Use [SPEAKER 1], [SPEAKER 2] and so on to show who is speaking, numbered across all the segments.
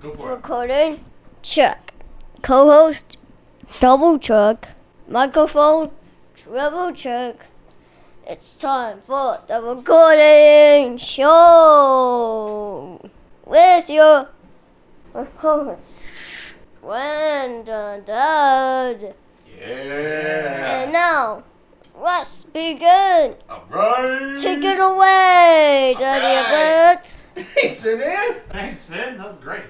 [SPEAKER 1] Go for it.
[SPEAKER 2] Recorded. Chuck. Co-host. Double Chuck. Microphone. Triple Chuck. It's time for the recording show with your host, Brandon Dud. And
[SPEAKER 1] Yeah.
[SPEAKER 2] now, let's begin.
[SPEAKER 1] All right.
[SPEAKER 2] Take it away, Daddy
[SPEAKER 1] Alright.
[SPEAKER 2] Bird.
[SPEAKER 1] Thanks, man.
[SPEAKER 3] Thanks, Finn. That was great.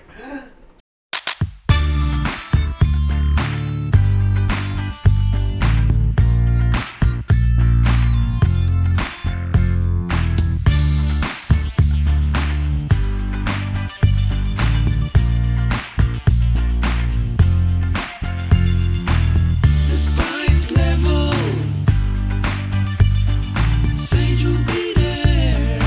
[SPEAKER 4] The spice level. Sage will be there.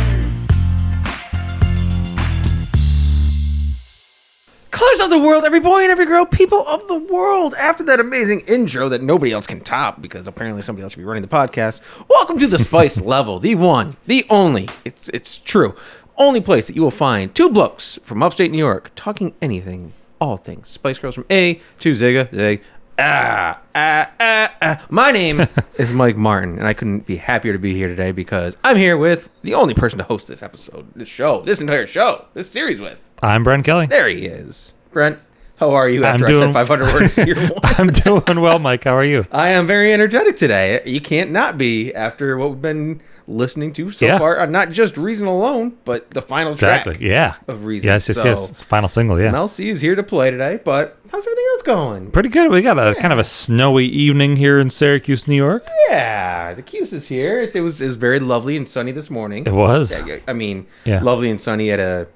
[SPEAKER 5] Colors of the world, every boy and every girl, people of the world. After that amazing intro that nobody else can top because apparently somebody else should be running the podcast. Welcome to the Spice Level, the one, the only. It's it's true. Only place that you will find two blokes from upstate New York talking anything, all things. Spice Girls from A to Zigga Zig. Ah, ah, ah, ah. My name is Mike Martin, and I couldn't be happier to be here today because I'm here with the only person to host this episode, this show, this entire show, this series with.
[SPEAKER 6] I'm Brent Kelly.
[SPEAKER 5] There he is. Brent, how are you after
[SPEAKER 6] I'm
[SPEAKER 5] I said
[SPEAKER 6] doing-
[SPEAKER 5] 500 words? to your one?
[SPEAKER 6] I'm doing well, Mike. How are you?
[SPEAKER 5] I am very energetic today. You can't not be after what we've been listening to so
[SPEAKER 6] Yeah.
[SPEAKER 5] far. Uh, Not just Reason alone, but the final
[SPEAKER 6] Exactly.
[SPEAKER 5] track
[SPEAKER 6] Yeah.
[SPEAKER 5] of Reason.
[SPEAKER 6] Yes, yes,
[SPEAKER 5] so,
[SPEAKER 6] yes. It's final single. Yeah.
[SPEAKER 5] Mel C is here to play today, but how's everything else going?
[SPEAKER 6] Pretty good. We got a kind of a snowy evening here in Syracuse, New York.
[SPEAKER 5] Yeah, the Cuse is here. It, it was it was very lovely and sunny this morning.
[SPEAKER 6] It was.
[SPEAKER 5] I- I mean,
[SPEAKER 6] Yeah.
[SPEAKER 5] lovely and sunny at a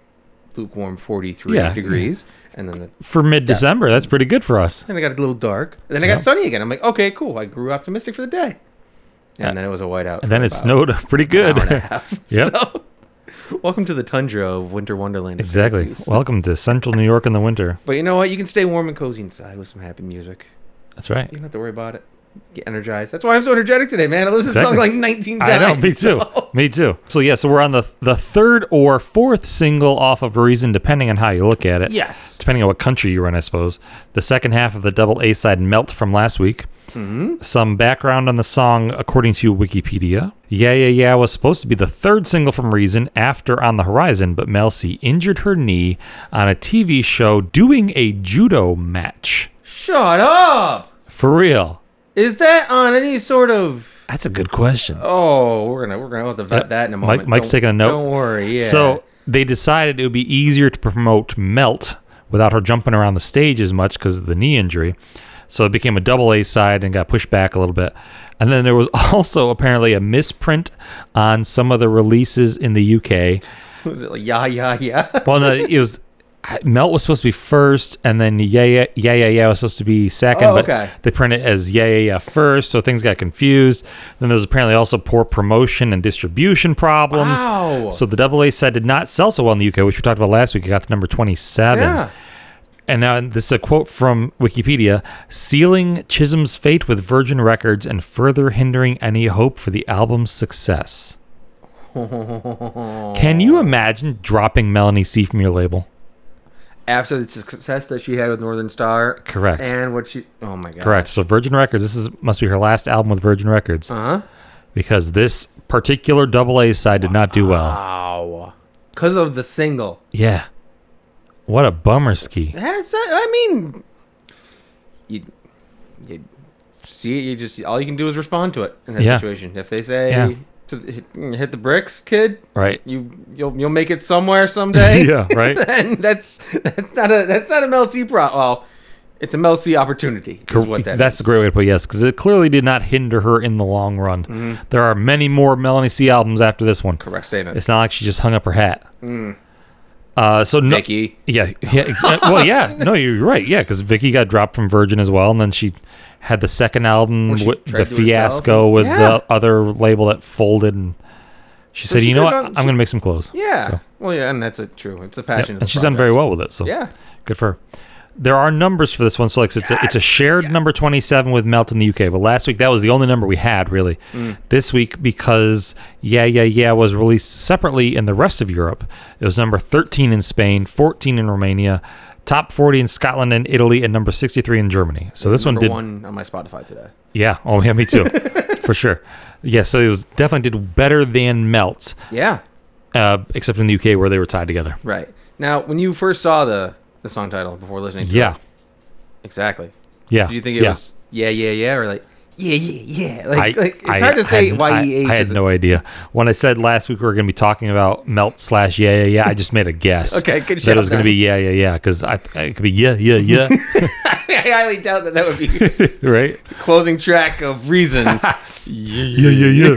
[SPEAKER 5] lukewarm 43
[SPEAKER 6] Yeah.
[SPEAKER 5] degrees, and then the
[SPEAKER 6] For mid December, that's pretty good for us.
[SPEAKER 5] Then it got a little dark. And then it got sunny again. I'm like, okay, cool. I grew optimistic for the day. And
[SPEAKER 6] Uh,
[SPEAKER 5] then it was a whiteout.
[SPEAKER 6] And then
[SPEAKER 5] for
[SPEAKER 6] it
[SPEAKER 5] about
[SPEAKER 6] snowed pretty
[SPEAKER 5] an
[SPEAKER 6] good.
[SPEAKER 5] hour and a half.
[SPEAKER 6] Yep.
[SPEAKER 5] So, welcome to the tundra of winter wonderland. of
[SPEAKER 6] exactly.
[SPEAKER 5] Syracuse.
[SPEAKER 6] Welcome to central New York in the winter.
[SPEAKER 5] But you know what? You can stay warm and cozy inside with some happy music.
[SPEAKER 6] That's right.
[SPEAKER 5] You don't have to worry about it. Get energized. That's why I'm so energetic today, man. I listened to the song like
[SPEAKER 6] Exactly.
[SPEAKER 5] 19
[SPEAKER 6] I
[SPEAKER 5] times.
[SPEAKER 6] know, me too.
[SPEAKER 5] so-
[SPEAKER 6] Me too. So yeah, so we're on the the third or fourth single off of Reason, depending on how you look at it.
[SPEAKER 5] Yes.
[SPEAKER 6] depending on what country you're in, I suppose. The second half of the double A side melt from last week.
[SPEAKER 5] Mm-hmm.
[SPEAKER 6] Some background on the song, according to Wikipedia. Yeah, Yeah, Yeah was supposed to be the third single from Reason after On the Horizon, but Mel C injured her knee on a TV show doing a judo match.
[SPEAKER 5] Shut up.
[SPEAKER 6] For real.
[SPEAKER 5] Is that on any sort of.
[SPEAKER 6] That's a good question.
[SPEAKER 5] Oh, we're gonna we're gonna have to vet
[SPEAKER 6] Yep.
[SPEAKER 5] that in a
[SPEAKER 6] Mike-
[SPEAKER 5] moment.
[SPEAKER 6] Mike's
[SPEAKER 5] Don't-
[SPEAKER 6] taking a note.
[SPEAKER 5] Don't worry. Yeah.
[SPEAKER 6] So they decided it would be easier to promote Melt without her jumping around the stage as much because of the knee injury. So it became a double A side and got pushed back a little bit. And then there was also apparently a misprint on some of the releases in the UK.
[SPEAKER 5] was it like yeah yeah yeah?
[SPEAKER 6] Well, no, it was Melt was supposed to be first, and then Yeah Yeah Yeah Yeah Yeah was supposed to be second.
[SPEAKER 5] Oh, okay.
[SPEAKER 6] But they printed it as Yeah Yeah Yeah first, so things got confused. Then there was apparently also poor promotion and distribution problems.
[SPEAKER 5] Wow.
[SPEAKER 6] So the double A side did not sell so well in the UK, which we talked about last week. It got to number twenty-seven.
[SPEAKER 5] Yeah.
[SPEAKER 6] And now this is a quote from Wikipedia: "Sealing Chisholm's fate with Virgin Records and further hindering any hope for the album's success." Can you imagine dropping Melanie C from your label?
[SPEAKER 5] after the success that she had with Northern Star.
[SPEAKER 6] Correct.
[SPEAKER 5] And what she oh my god.
[SPEAKER 6] Correct. So Virgin Records, this is must be her last album with Virgin Records
[SPEAKER 5] Uh huh.
[SPEAKER 6] because this particular double A side did not do well.
[SPEAKER 5] Wow. Because of the single.
[SPEAKER 6] Yeah. What a bummer ski.
[SPEAKER 5] That's I mean, you you see it. You just all you can do is respond to it in that
[SPEAKER 6] Yeah.
[SPEAKER 5] situation. If they say
[SPEAKER 6] Yeah.
[SPEAKER 5] to the- hit, hit the bricks, kid,
[SPEAKER 6] Right.
[SPEAKER 5] you you'll you'll make it somewhere someday.
[SPEAKER 6] Yeah, right.
[SPEAKER 5] and that's that's not a that's not a Mel C pro. Well, it's a Mel C opportunity. Is what that
[SPEAKER 6] That's
[SPEAKER 5] is.
[SPEAKER 6] a great way to put it, yes, because it clearly did not hinder her in the long run.
[SPEAKER 5] Mm-hmm.
[SPEAKER 6] There are many more Melanie C albums after this one.
[SPEAKER 5] correct statement.
[SPEAKER 6] It's not like she just hung up her hat.
[SPEAKER 5] Mm.
[SPEAKER 6] Uh, so no,
[SPEAKER 5] Vicky.
[SPEAKER 6] Yeah, yeah. Ex- well, yeah. No, you're right. Yeah, because Vicky got dropped from Virgin as well, and then she had the second album,
[SPEAKER 5] Where she
[SPEAKER 6] with
[SPEAKER 5] tried to
[SPEAKER 6] the
[SPEAKER 5] do herself
[SPEAKER 6] fiasco
[SPEAKER 5] and-
[SPEAKER 6] with
[SPEAKER 5] Yeah.
[SPEAKER 6] the other label that folded, and she said,
[SPEAKER 5] she
[SPEAKER 6] "You know
[SPEAKER 5] could
[SPEAKER 6] what?
[SPEAKER 5] have
[SPEAKER 6] I'm
[SPEAKER 5] done-
[SPEAKER 6] going to make some clothes."
[SPEAKER 5] Yeah.
[SPEAKER 6] So,
[SPEAKER 5] Well, yeah, and that's a true. It's a
[SPEAKER 6] yeah,
[SPEAKER 5] passion. of
[SPEAKER 6] and
[SPEAKER 5] the
[SPEAKER 6] she's done very
[SPEAKER 5] project.
[SPEAKER 6] well with it. So
[SPEAKER 5] Yeah.
[SPEAKER 6] good for her. There are numbers for this one, so like it's a, it's a shared number twenty seven with Melt in the UK. But last week that was the only number we had really.
[SPEAKER 5] Mm.
[SPEAKER 6] This week because Yeah Yeah Yeah was released separately in the rest of Europe. It was number thirteen in Spain, fourteen in Romania, top 40 in Scotland and Italy, and number 63 in Germany. So this one
[SPEAKER 5] Number
[SPEAKER 6] did.
[SPEAKER 5] one on my Spotify today.
[SPEAKER 6] Yeah. Oh, yeah, me too. for sure. Yeah. So it was definitely did better than Melt,
[SPEAKER 5] Yeah,
[SPEAKER 6] uh, except in the UK where they were tied together.
[SPEAKER 5] right. Now, when you first saw the the song title before listening, to
[SPEAKER 6] Yeah.
[SPEAKER 5] it, exactly.
[SPEAKER 6] Yeah.
[SPEAKER 5] Did you think it
[SPEAKER 6] yeah.
[SPEAKER 5] was yeah, yeah, yeah, or like yeah, yeah, yeah? Like,
[SPEAKER 6] I-
[SPEAKER 5] like it's
[SPEAKER 6] I
[SPEAKER 5] hard to say
[SPEAKER 6] had-
[SPEAKER 5] why
[SPEAKER 6] I-
[SPEAKER 5] E H.
[SPEAKER 6] I had
[SPEAKER 5] is
[SPEAKER 6] no idea. When I said last week we were going to be talking about melt slash yeah yeah yeah, I just made a guess.
[SPEAKER 5] Okay, good
[SPEAKER 6] That
[SPEAKER 5] job
[SPEAKER 6] it was going to
[SPEAKER 5] then.
[SPEAKER 6] be yeah yeah yeah because I, I it could be yeah yeah yeah
[SPEAKER 5] I highly doubt that that would be the
[SPEAKER 6] right
[SPEAKER 5] closing track of Reason.
[SPEAKER 6] yeah yeah yeah.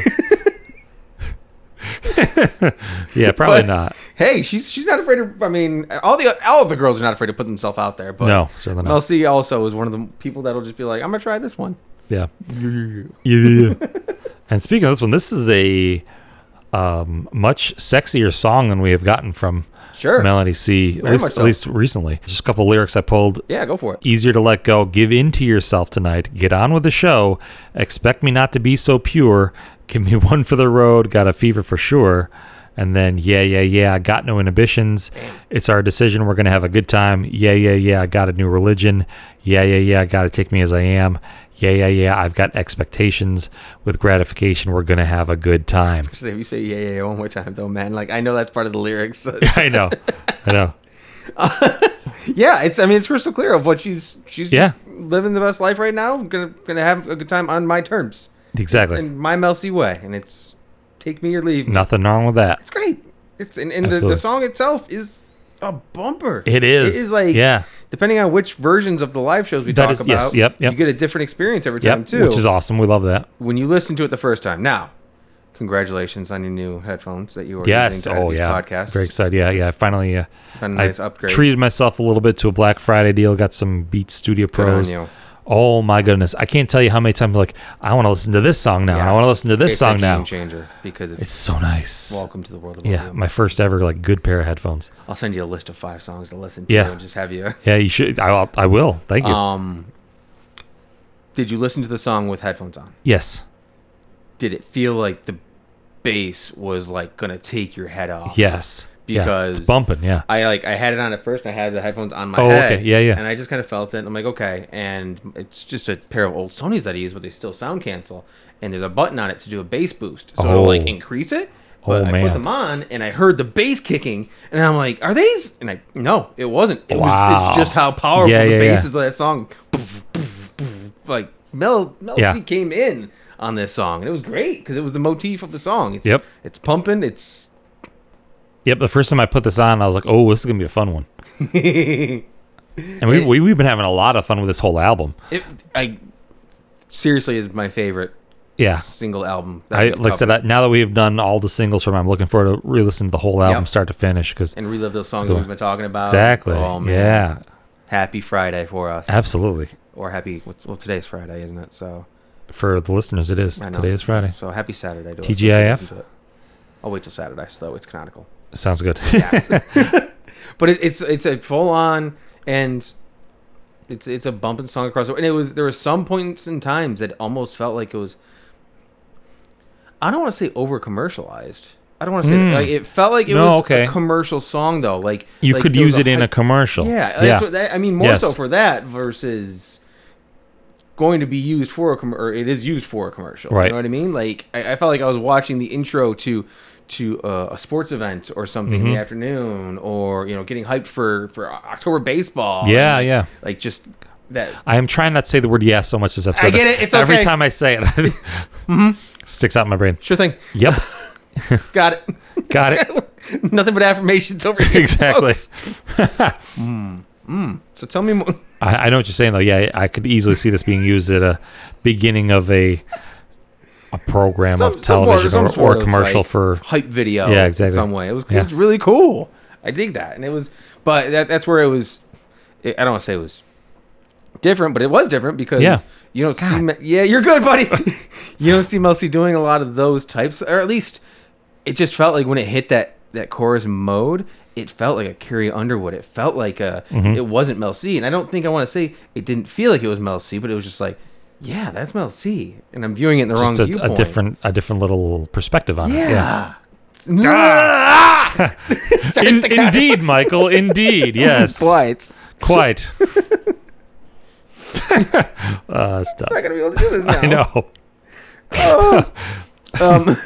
[SPEAKER 6] yeah, probably
[SPEAKER 5] But-
[SPEAKER 6] not.
[SPEAKER 5] hey, she's she's not afraid of. I mean, all the all of the girls are not afraid to put themselves out there. But
[SPEAKER 6] No, certainly not.
[SPEAKER 5] Mel C also is one of the people that'll just be like, I'm gonna try this one.
[SPEAKER 6] Yeah. Yeah, yeah, yeah. and speaking of this one, this is a um, much sexier song than we have gotten from
[SPEAKER 5] Sure.
[SPEAKER 6] Melanie C. At
[SPEAKER 5] Very
[SPEAKER 6] least,
[SPEAKER 5] much so.
[SPEAKER 6] at least recently. Just a couple lyrics I pulled.
[SPEAKER 5] Yeah, go for it.
[SPEAKER 6] Easier to let go. Give in to yourself tonight. Get on with the show. Expect me not to be so pure. Give me one for the road. Got a fever for sure. And then, yeah, yeah, yeah. I got no inhibitions. It's our decision. We're going to have a good time. Yeah, yeah, yeah. I got a new religion. Yeah, yeah, yeah. Got to take me as I am. Yeah, yeah, yeah. I've got expectations. With gratification, we're going to have a good time.
[SPEAKER 5] Just If you say yeah, yeah, yeah one more time though, man, like I know that's part of the lyrics.
[SPEAKER 6] I know. I know.
[SPEAKER 5] yeah, it's I mean it's crystal clear of what she's she's
[SPEAKER 6] Yeah.
[SPEAKER 5] just living the best life right now. gonna gonna have a good time on my terms
[SPEAKER 6] Exactly.
[SPEAKER 5] and my Mel C way, and it's take me or leave. me.
[SPEAKER 6] Nothing wrong with that.
[SPEAKER 5] It's great. It's and, and the,
[SPEAKER 6] Absolutely.
[SPEAKER 5] the song itself is a bumper.
[SPEAKER 6] It is.
[SPEAKER 5] It is like
[SPEAKER 6] yeah.
[SPEAKER 5] Depending on which versions of the live shows we
[SPEAKER 6] That
[SPEAKER 5] talk
[SPEAKER 6] is-
[SPEAKER 5] about,
[SPEAKER 6] yes, yep, yep.
[SPEAKER 5] you get a different experience every time
[SPEAKER 6] Yep,
[SPEAKER 5] too.
[SPEAKER 6] which is awesome. We love that.
[SPEAKER 5] when you listen to it the first time. Now, congratulations on your new headphones that you are
[SPEAKER 6] Yes.
[SPEAKER 5] using to edit
[SPEAKER 6] Oh
[SPEAKER 5] these
[SPEAKER 6] yeah.
[SPEAKER 5] podcasts.
[SPEAKER 6] Very excited. Yeah, yeah. I Finally, uh,
[SPEAKER 5] Been a
[SPEAKER 6] I
[SPEAKER 5] nice upgrade.
[SPEAKER 6] treated myself a little bit to a Black Friday deal. Got some Beats Studio
[SPEAKER 5] Good on
[SPEAKER 6] Pros.
[SPEAKER 5] you.
[SPEAKER 6] Oh my goodness! I can't tell you how many times like I want to listen to this song now. and I want to listen to this
[SPEAKER 5] It's
[SPEAKER 6] song
[SPEAKER 5] a
[SPEAKER 6] now.
[SPEAKER 5] Game changer because it's,
[SPEAKER 6] It's so nice.
[SPEAKER 5] welcome to the world of
[SPEAKER 6] yeah,
[SPEAKER 5] volume.
[SPEAKER 6] my first ever like good pair of headphones.
[SPEAKER 5] I'll send you a list of five songs to listen to
[SPEAKER 6] Yeah.
[SPEAKER 5] and just have you.
[SPEAKER 6] Yeah, you should. I, I will. Thank you.
[SPEAKER 5] Um, did you listen to the song with headphones on?
[SPEAKER 6] yes.
[SPEAKER 5] Did it feel like the bass was like gonna take your head off?
[SPEAKER 6] Yes. yeah.
[SPEAKER 5] because-
[SPEAKER 6] it's bumping. Yeah.
[SPEAKER 5] I like I had it on at first. And I had the headphones on my
[SPEAKER 6] Oh,
[SPEAKER 5] head.
[SPEAKER 6] okay. Yeah, yeah.
[SPEAKER 5] And I just kind of felt it. and I'm like, okay. And it's just a pair of old Sony's that I use, but they still sound cancel. And there's a button on it to do a bass boost, so it'll like
[SPEAKER 6] Oh.
[SPEAKER 5] increase it.
[SPEAKER 6] Oh,
[SPEAKER 5] But I
[SPEAKER 6] man.
[SPEAKER 5] put them on, and I heard the bass kicking, and I'm like, "Are these?" And I no, it wasn't. It was,
[SPEAKER 6] Wow.
[SPEAKER 5] it's just how powerful
[SPEAKER 6] Yeah,
[SPEAKER 5] the
[SPEAKER 6] yeah,
[SPEAKER 5] bass
[SPEAKER 6] yeah.
[SPEAKER 5] is of that song. Poof, poof, poof. Like Mel, Mel
[SPEAKER 6] Yeah.
[SPEAKER 5] C came in on this song, and it was great because it was the motif of the song. It's,
[SPEAKER 6] Yep.
[SPEAKER 5] it's pumping. It's
[SPEAKER 6] Yep. The first time I put this on, I was like, "Oh, this is gonna be a fun one." And we, we we've been having a lot of fun with this whole album.
[SPEAKER 5] It, I seriously is my favorite
[SPEAKER 6] Yeah.
[SPEAKER 5] single album. that
[SPEAKER 6] I
[SPEAKER 5] we've
[SPEAKER 6] like I said
[SPEAKER 5] covered.
[SPEAKER 6] I, now that we have done all the singles from, it, I'm looking forward to re-listening to the whole album
[SPEAKER 5] Yep.
[SPEAKER 6] start to finish because
[SPEAKER 5] and relive those songs
[SPEAKER 6] good
[SPEAKER 5] that we've
[SPEAKER 6] one.
[SPEAKER 5] been talking about.
[SPEAKER 6] exactly,
[SPEAKER 5] Oh man,
[SPEAKER 6] yeah,
[SPEAKER 5] happy Friday for us,
[SPEAKER 6] absolutely.
[SPEAKER 5] or happy. what's- Well, today's Friday, isn't it? So
[SPEAKER 6] For the listeners, it is
[SPEAKER 5] I know.
[SPEAKER 6] today is Friday.
[SPEAKER 5] So happy Saturday. To us.
[SPEAKER 6] TGIF?
[SPEAKER 5] Listen to it. I'll wait till Saturday, so it's canonical.
[SPEAKER 6] Sounds good.
[SPEAKER 5] Yes, but it, it's it's a full on and. It's, it's a bumping song across the and it was there were some points in times that almost felt like it was I don't want to say over commercialized. I don't want to say
[SPEAKER 6] Mm.
[SPEAKER 5] like, it felt like it
[SPEAKER 6] No,
[SPEAKER 5] was
[SPEAKER 6] okay.
[SPEAKER 5] a commercial song though. Like
[SPEAKER 6] you
[SPEAKER 5] like,
[SPEAKER 6] could
[SPEAKER 5] there was
[SPEAKER 6] use it in
[SPEAKER 5] hy-
[SPEAKER 6] a commercial.
[SPEAKER 5] Yeah, that's
[SPEAKER 6] yeah,
[SPEAKER 5] What that, I mean more
[SPEAKER 6] Yes.
[SPEAKER 5] so for that versus going to be used for a com- or it is used for a commercial.
[SPEAKER 6] Right.
[SPEAKER 5] You know what I mean? Like I, I felt like I was watching the intro to to uh, a sports event or something
[SPEAKER 6] Mm-hmm.
[SPEAKER 5] in the afternoon, or you know, getting hyped for for October baseball.
[SPEAKER 6] yeah,
[SPEAKER 5] And,
[SPEAKER 6] yeah.
[SPEAKER 5] Like just that.
[SPEAKER 6] I am trying not to say the word "yes" so much this episode.
[SPEAKER 5] get it. It's
[SPEAKER 6] every
[SPEAKER 5] okay. Mm-hmm.
[SPEAKER 6] time I say it, sticks out in my brain.
[SPEAKER 5] Sure thing.
[SPEAKER 6] Yep,
[SPEAKER 5] Got it.
[SPEAKER 6] got it
[SPEAKER 5] Nothing but affirmations over here.
[SPEAKER 6] exactly.
[SPEAKER 5] folks. So tell me more.
[SPEAKER 6] I, I know what you're saying though. Yeah, I could easily see this being used at a beginning of a a program of television
[SPEAKER 5] some
[SPEAKER 6] or,
[SPEAKER 5] sort
[SPEAKER 6] or
[SPEAKER 5] of,
[SPEAKER 6] commercial
[SPEAKER 5] like,
[SPEAKER 6] for
[SPEAKER 5] hype video.
[SPEAKER 6] Yeah, exactly.
[SPEAKER 5] In some way, it was
[SPEAKER 6] Yeah.
[SPEAKER 5] it was really cool. I dig that, and it was, but that, that's where it was. It, I don't want to say it was different, but it was different because
[SPEAKER 6] Yeah.
[SPEAKER 5] you don't see. Me- yeah, you're good, buddy. you don't see Mel C doing a lot of those types, or at least it just felt like when it hit that that chorus mode. It felt like a Carrie Underwood. It felt like a.
[SPEAKER 6] Mm-hmm.
[SPEAKER 5] It wasn't Mel C, and I don't think I want to say it didn't feel like it was Mel C, but it was just like, yeah, that's Mel C, and I'm viewing it in the wrong
[SPEAKER 6] just a, a
[SPEAKER 5] viewpoint.
[SPEAKER 6] different a different little perspective on it.
[SPEAKER 5] Yeah. Start
[SPEAKER 6] Ah. In-
[SPEAKER 5] the car.
[SPEAKER 6] indeed, Michael. Indeed, yes.
[SPEAKER 5] Blights.
[SPEAKER 6] Quite. uh, it's tough.
[SPEAKER 5] I'm not gonna be able to do this now. Oh.
[SPEAKER 6] I know.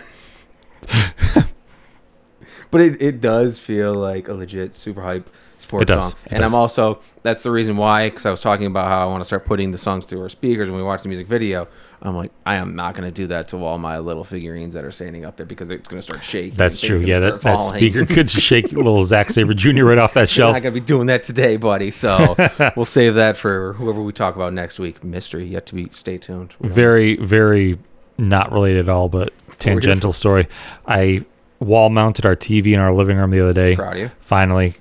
[SPEAKER 5] Um, but it, it does feel like a legit super hype sports
[SPEAKER 6] It does.
[SPEAKER 5] song.
[SPEAKER 6] It
[SPEAKER 5] and
[SPEAKER 6] does.
[SPEAKER 5] I'm also, that's the reason why, because I was talking about how I want to start putting the songs through our speakers when we watch the music video. I'm like, I am not going to do that to all my little figurines that are standing up there because it's going to start shaking.
[SPEAKER 6] That's
[SPEAKER 5] Things
[SPEAKER 6] true.
[SPEAKER 5] gonna
[SPEAKER 6] Yeah, that,
[SPEAKER 5] start
[SPEAKER 6] that
[SPEAKER 5] falling.
[SPEAKER 6] speaker could shake little Zack Sabre Jr. right off that
[SPEAKER 5] We're
[SPEAKER 6] shelf.
[SPEAKER 5] not going to be doing that today, buddy. So we'll save that for whoever we talk about next week. Mystery yet to be. Stay tuned. We don't-
[SPEAKER 6] very very not related at all but tangential story i wall mounted our tv in our living room the other day
[SPEAKER 5] Proud of you.
[SPEAKER 6] finally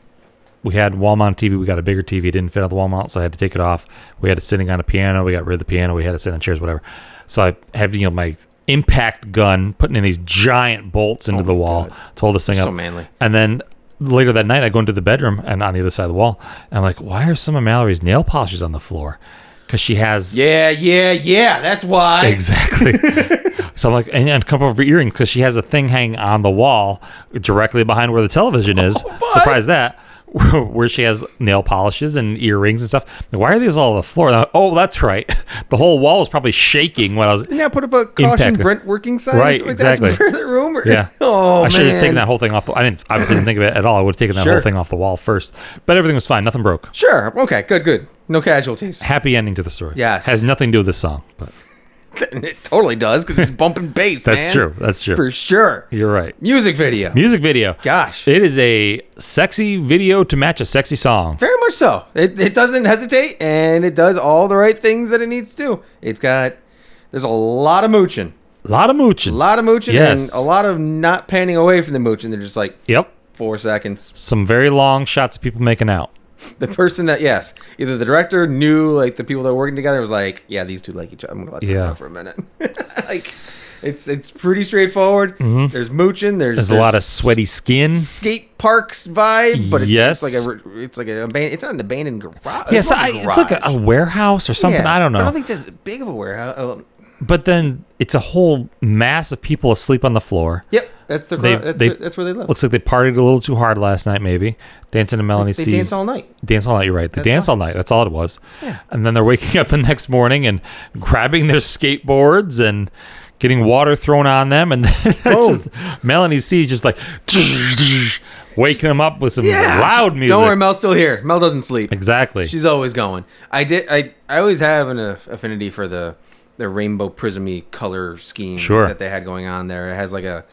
[SPEAKER 6] we had wall mount tv we got a bigger tv it didn't fit on the wall mount so i had to take it off we had it sitting on a piano we got rid of the piano we had it sitting on chairs whatever so i have you know my impact gun putting in these giant bolts into the wall
[SPEAKER 5] Oh God.
[SPEAKER 6] to hold this thing
[SPEAKER 5] So
[SPEAKER 6] up
[SPEAKER 5] manly.
[SPEAKER 6] and then later that night, I go into the bedroom and on the other side of the wall, and I'm like, why are some of Mallory's nail polishes on the floor? Because she has
[SPEAKER 5] Yeah, yeah, yeah. That's why.
[SPEAKER 6] exactly. so I'm like, and, and come over for earrings because she has a thing hanging on the wall directly behind where the television is. Surprise that. Where she has nail polishes and earrings and stuff. Like, Why are these all on the floor? And I'm like, oh, that's right. The whole wall was probably shaking when I was.
[SPEAKER 5] Didn't I put up a caution
[SPEAKER 6] Impact.
[SPEAKER 5] Brent working sign?
[SPEAKER 6] Right, exactly.
[SPEAKER 5] That's for the room. or-
[SPEAKER 6] Yeah.
[SPEAKER 5] Oh,
[SPEAKER 6] I should
[SPEAKER 5] man.
[SPEAKER 6] have taken that whole thing off. The, I didn't. Obviously, didn't think of it at all. I would have taken that
[SPEAKER 5] Sure.
[SPEAKER 6] whole thing off the wall first. But everything was fine. Nothing broke.
[SPEAKER 5] Sure. Okay. Good. Good. No casualties.
[SPEAKER 6] Happy ending to the story.
[SPEAKER 5] Yes.
[SPEAKER 6] has nothing to do with this song. But
[SPEAKER 5] it totally does because it's bumping bass.
[SPEAKER 6] that's
[SPEAKER 5] man.
[SPEAKER 6] true. That's true.
[SPEAKER 5] For sure.
[SPEAKER 6] You're right.
[SPEAKER 5] Music video.
[SPEAKER 6] Music video.
[SPEAKER 5] Gosh.
[SPEAKER 6] It is a sexy video to match a sexy song.
[SPEAKER 5] Very much so. It, it doesn't hesitate and it does all the right things that it needs to. It's got. There's a lot of mooching.
[SPEAKER 6] A lot of mooching.
[SPEAKER 5] A lot of mooching
[SPEAKER 6] Yes.
[SPEAKER 5] and a lot of not panning away from the mooching. They're just like
[SPEAKER 6] Yep.
[SPEAKER 5] four seconds.
[SPEAKER 6] Some very long shots of people making out.
[SPEAKER 5] the person that yes, either the director knew like the people that were working together was like, yeah, these two like each other. I'm gonna let them
[SPEAKER 6] Yeah.
[SPEAKER 5] know for a minute. like, it's it's pretty straightforward. There's mooching. There's,
[SPEAKER 6] Mm-hmm. There's a lot of sweaty skin.
[SPEAKER 5] skate parks vibe, but it's,
[SPEAKER 6] Yes.
[SPEAKER 5] it's like a re- it's like an aban- it's not an abandoned garage.
[SPEAKER 6] Yes, I, it's like a, a warehouse or something. I don't know.
[SPEAKER 5] I don't think it's as big of a warehouse. Oh,
[SPEAKER 6] but then it's a whole mass of people asleep on the floor.
[SPEAKER 5] yep, that's the
[SPEAKER 6] They've-
[SPEAKER 5] garage. That's,
[SPEAKER 6] they-
[SPEAKER 5] the- that's where they live.
[SPEAKER 6] Looks like they partied a little too hard last night, maybe. Dancing to Melanie
[SPEAKER 5] They
[SPEAKER 6] sees
[SPEAKER 5] dance all night.
[SPEAKER 6] Dance all night. You're right. They
[SPEAKER 5] That's
[SPEAKER 6] dance
[SPEAKER 5] all.
[SPEAKER 6] all night. That's all it was. And then they're waking up the next morning and grabbing their skateboards and getting water thrown on them. And then it's just, Melanie C's just like waking them up with some loud music.
[SPEAKER 5] Don't worry, Mel's still here. Mel doesn't sleep.
[SPEAKER 6] Exactly.
[SPEAKER 5] She's always going. I did. I I always have an aff- affinity for the the rainbow prismy color scheme
[SPEAKER 6] Sure.
[SPEAKER 5] that they had going on there. It has like a.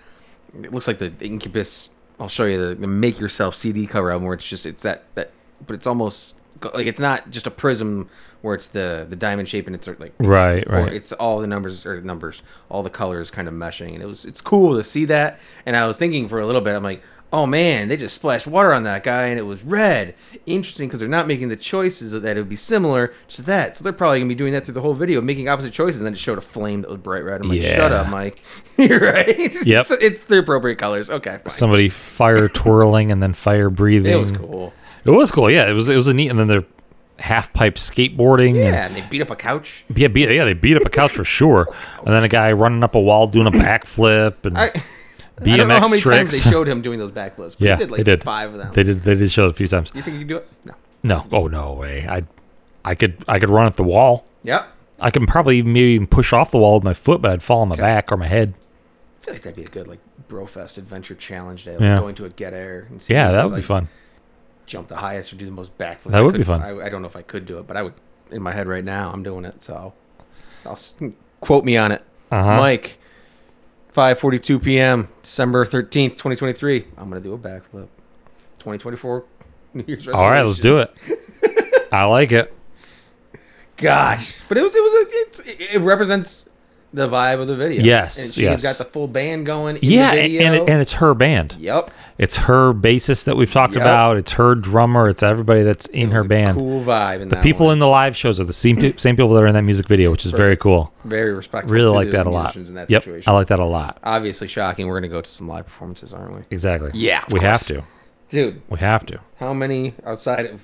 [SPEAKER 5] It looks like the Incubus. I'll show you the, the Make Yourself CD cover album where it's just it's that that, but it's almost go- like it's not just a prism where it's the the diamond shape and it's sort of like
[SPEAKER 6] Right,
[SPEAKER 5] four-
[SPEAKER 6] right.
[SPEAKER 5] It's all the numbers or numbers, all the colors kind of meshing, and it was it's cool to see that. And I was thinking for a little bit, I'm like, oh man, they just splashed water on that guy, and it was red. Interesting because they're not making the choices that it would be similar to that, so they're probably gonna be doing that through the whole video, making opposite choices. And then it showed a flame that was bright red. I'm like, shut
[SPEAKER 6] Yeah.
[SPEAKER 5] up, Mike. You're right.
[SPEAKER 6] Yep.
[SPEAKER 5] it's, it's the appropriate colors. Okay, fine.
[SPEAKER 6] Somebody fire twirling and then fire breathing.
[SPEAKER 5] it was cool.
[SPEAKER 6] It was cool. Yeah, it was. It was a neat. And then they're half pipe skateboarding. and-
[SPEAKER 5] Yeah, and they beat up a couch.
[SPEAKER 6] yeah, beat, yeah. They beat up a couch for sure. And then a guy running up a wall doing a backflip and.
[SPEAKER 5] I,
[SPEAKER 6] BMX
[SPEAKER 5] I don't know how many
[SPEAKER 6] tricks.
[SPEAKER 5] times they showed him doing those backflips. But
[SPEAKER 6] yeah,
[SPEAKER 5] he did like
[SPEAKER 6] they did.
[SPEAKER 5] five of them.
[SPEAKER 6] They did. They did show it a few times.
[SPEAKER 5] you think you can do it? No.
[SPEAKER 6] No. Oh no way. I, I could. I could run at the wall.
[SPEAKER 5] Yep.
[SPEAKER 6] I can probably maybe even push off the wall with my foot, but I'd fall on my back or my head.
[SPEAKER 5] I feel like that'd be a good like Brofest adventure challenge day. Like
[SPEAKER 6] Yeah.
[SPEAKER 5] going to a get air and see
[SPEAKER 6] Yeah,
[SPEAKER 5] who
[SPEAKER 6] that
[SPEAKER 5] could,
[SPEAKER 6] would be
[SPEAKER 5] like,
[SPEAKER 6] fun.
[SPEAKER 5] Jump the highest or do the most backflips.
[SPEAKER 6] That
[SPEAKER 5] I
[SPEAKER 6] would be
[SPEAKER 5] could-
[SPEAKER 6] fun.
[SPEAKER 5] I, I don't know if I could do it, but I would. In my head right now, I'm doing it. So, I'll s- quote me on it,
[SPEAKER 6] Uh-huh.
[SPEAKER 5] Mike. 5:42 p.m. December 13th, 2023. I'm gonna do a backflip. 2024 New Year's resolution.
[SPEAKER 6] All right, let's do it. I like it.
[SPEAKER 5] Gosh, but it was it was a, it's, it- it represents the vibe of the video.
[SPEAKER 6] Yes,
[SPEAKER 5] and she
[SPEAKER 6] yes.
[SPEAKER 5] has got the full band going. In
[SPEAKER 6] Yeah,
[SPEAKER 5] the
[SPEAKER 6] and
[SPEAKER 5] video.
[SPEAKER 6] and, it, and it's her band.
[SPEAKER 5] yep.
[SPEAKER 6] It's her bassist that we've talked
[SPEAKER 5] Yep.
[SPEAKER 6] about. It's her drummer. It's everybody that's in
[SPEAKER 5] It
[SPEAKER 6] her
[SPEAKER 5] was a
[SPEAKER 6] band.
[SPEAKER 5] Cool vibe. In
[SPEAKER 6] the people in the live shows are the same pe- same people that are in that music video, which is very cool.
[SPEAKER 5] very respectful.
[SPEAKER 6] Really
[SPEAKER 5] to
[SPEAKER 6] like
[SPEAKER 5] the
[SPEAKER 6] that a lot.
[SPEAKER 5] musicians In that
[SPEAKER 6] yep,
[SPEAKER 5] situation.
[SPEAKER 6] I like that a lot.
[SPEAKER 5] Obviously shocking. We're gonna go to some live performances, aren't we?
[SPEAKER 6] Exactly.
[SPEAKER 5] Yeah, of
[SPEAKER 6] we have
[SPEAKER 5] course.
[SPEAKER 6] to.
[SPEAKER 5] Dude,
[SPEAKER 6] We have to.
[SPEAKER 5] how many outside of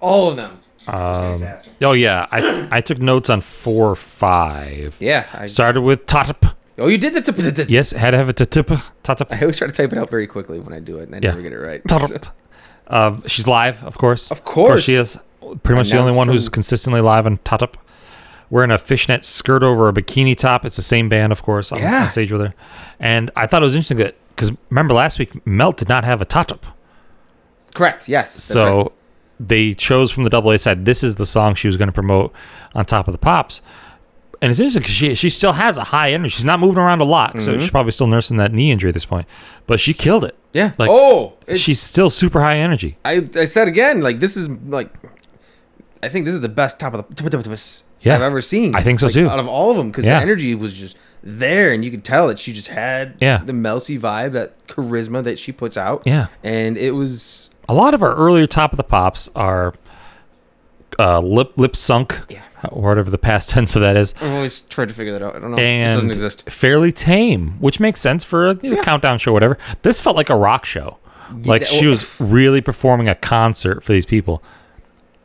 [SPEAKER 5] all of them?
[SPEAKER 6] Oh yeah, I I took notes on four or five.
[SPEAKER 5] Yeah, I,
[SPEAKER 6] Started with Totop,
[SPEAKER 5] Oh, you did the
[SPEAKER 6] Yes, had to have a tatup
[SPEAKER 5] I
[SPEAKER 6] tatup
[SPEAKER 5] always try to type it out very quickly when I do it, and I never get it right. So-
[SPEAKER 6] tatup. Uh, she's live, of course.
[SPEAKER 5] Of course.
[SPEAKER 6] she is. Pretty much the only
[SPEAKER 5] Announced
[SPEAKER 6] one who's
[SPEAKER 5] from-
[SPEAKER 6] consistently live on tatup. Wearing a fishnet skirt over a bikini top. It's the same band, of course, on,
[SPEAKER 5] Yeah.
[SPEAKER 6] on stage with her. And I thought it was interesting that because remember last week Melt did not have a tatup.
[SPEAKER 5] Correct. Yes. that's
[SPEAKER 6] So
[SPEAKER 5] right.
[SPEAKER 6] they chose from the double A side. This is the song she was going to promote on top of the pops. And it's interesting because she she still has a high energy. She's not moving around a lot, so
[SPEAKER 5] Mm-hmm.
[SPEAKER 6] she's probably still nursing that knee injury at this point. But she killed it.
[SPEAKER 5] yeah.
[SPEAKER 6] like,
[SPEAKER 5] oh, it's,
[SPEAKER 6] She's still super high energy.
[SPEAKER 5] I, I said again, like this is like, I think this is the best top of the
[SPEAKER 6] Yeah.
[SPEAKER 5] I've ever seen.
[SPEAKER 6] I think so,
[SPEAKER 5] Like,
[SPEAKER 6] too.
[SPEAKER 5] Out of all of them, because
[SPEAKER 6] Yeah.
[SPEAKER 5] the energy was just there, and you could tell that she just had
[SPEAKER 6] Yeah.
[SPEAKER 5] the Melcy vibe, that charisma that she puts out.
[SPEAKER 6] Yeah.
[SPEAKER 5] and it was
[SPEAKER 6] A lot of our earlier top of the pops are uh, lip lip sunk,
[SPEAKER 5] Yeah.
[SPEAKER 6] or whatever the past tense of that is,
[SPEAKER 5] I've always tried to figure that out. I don't know. it
[SPEAKER 6] and
[SPEAKER 5] doesn't exist.
[SPEAKER 6] fairly tame, which makes sense for a you know, countdown show, or whatever. This felt like a rock show. Like
[SPEAKER 5] that-
[SPEAKER 6] she was really performing a concert for these people.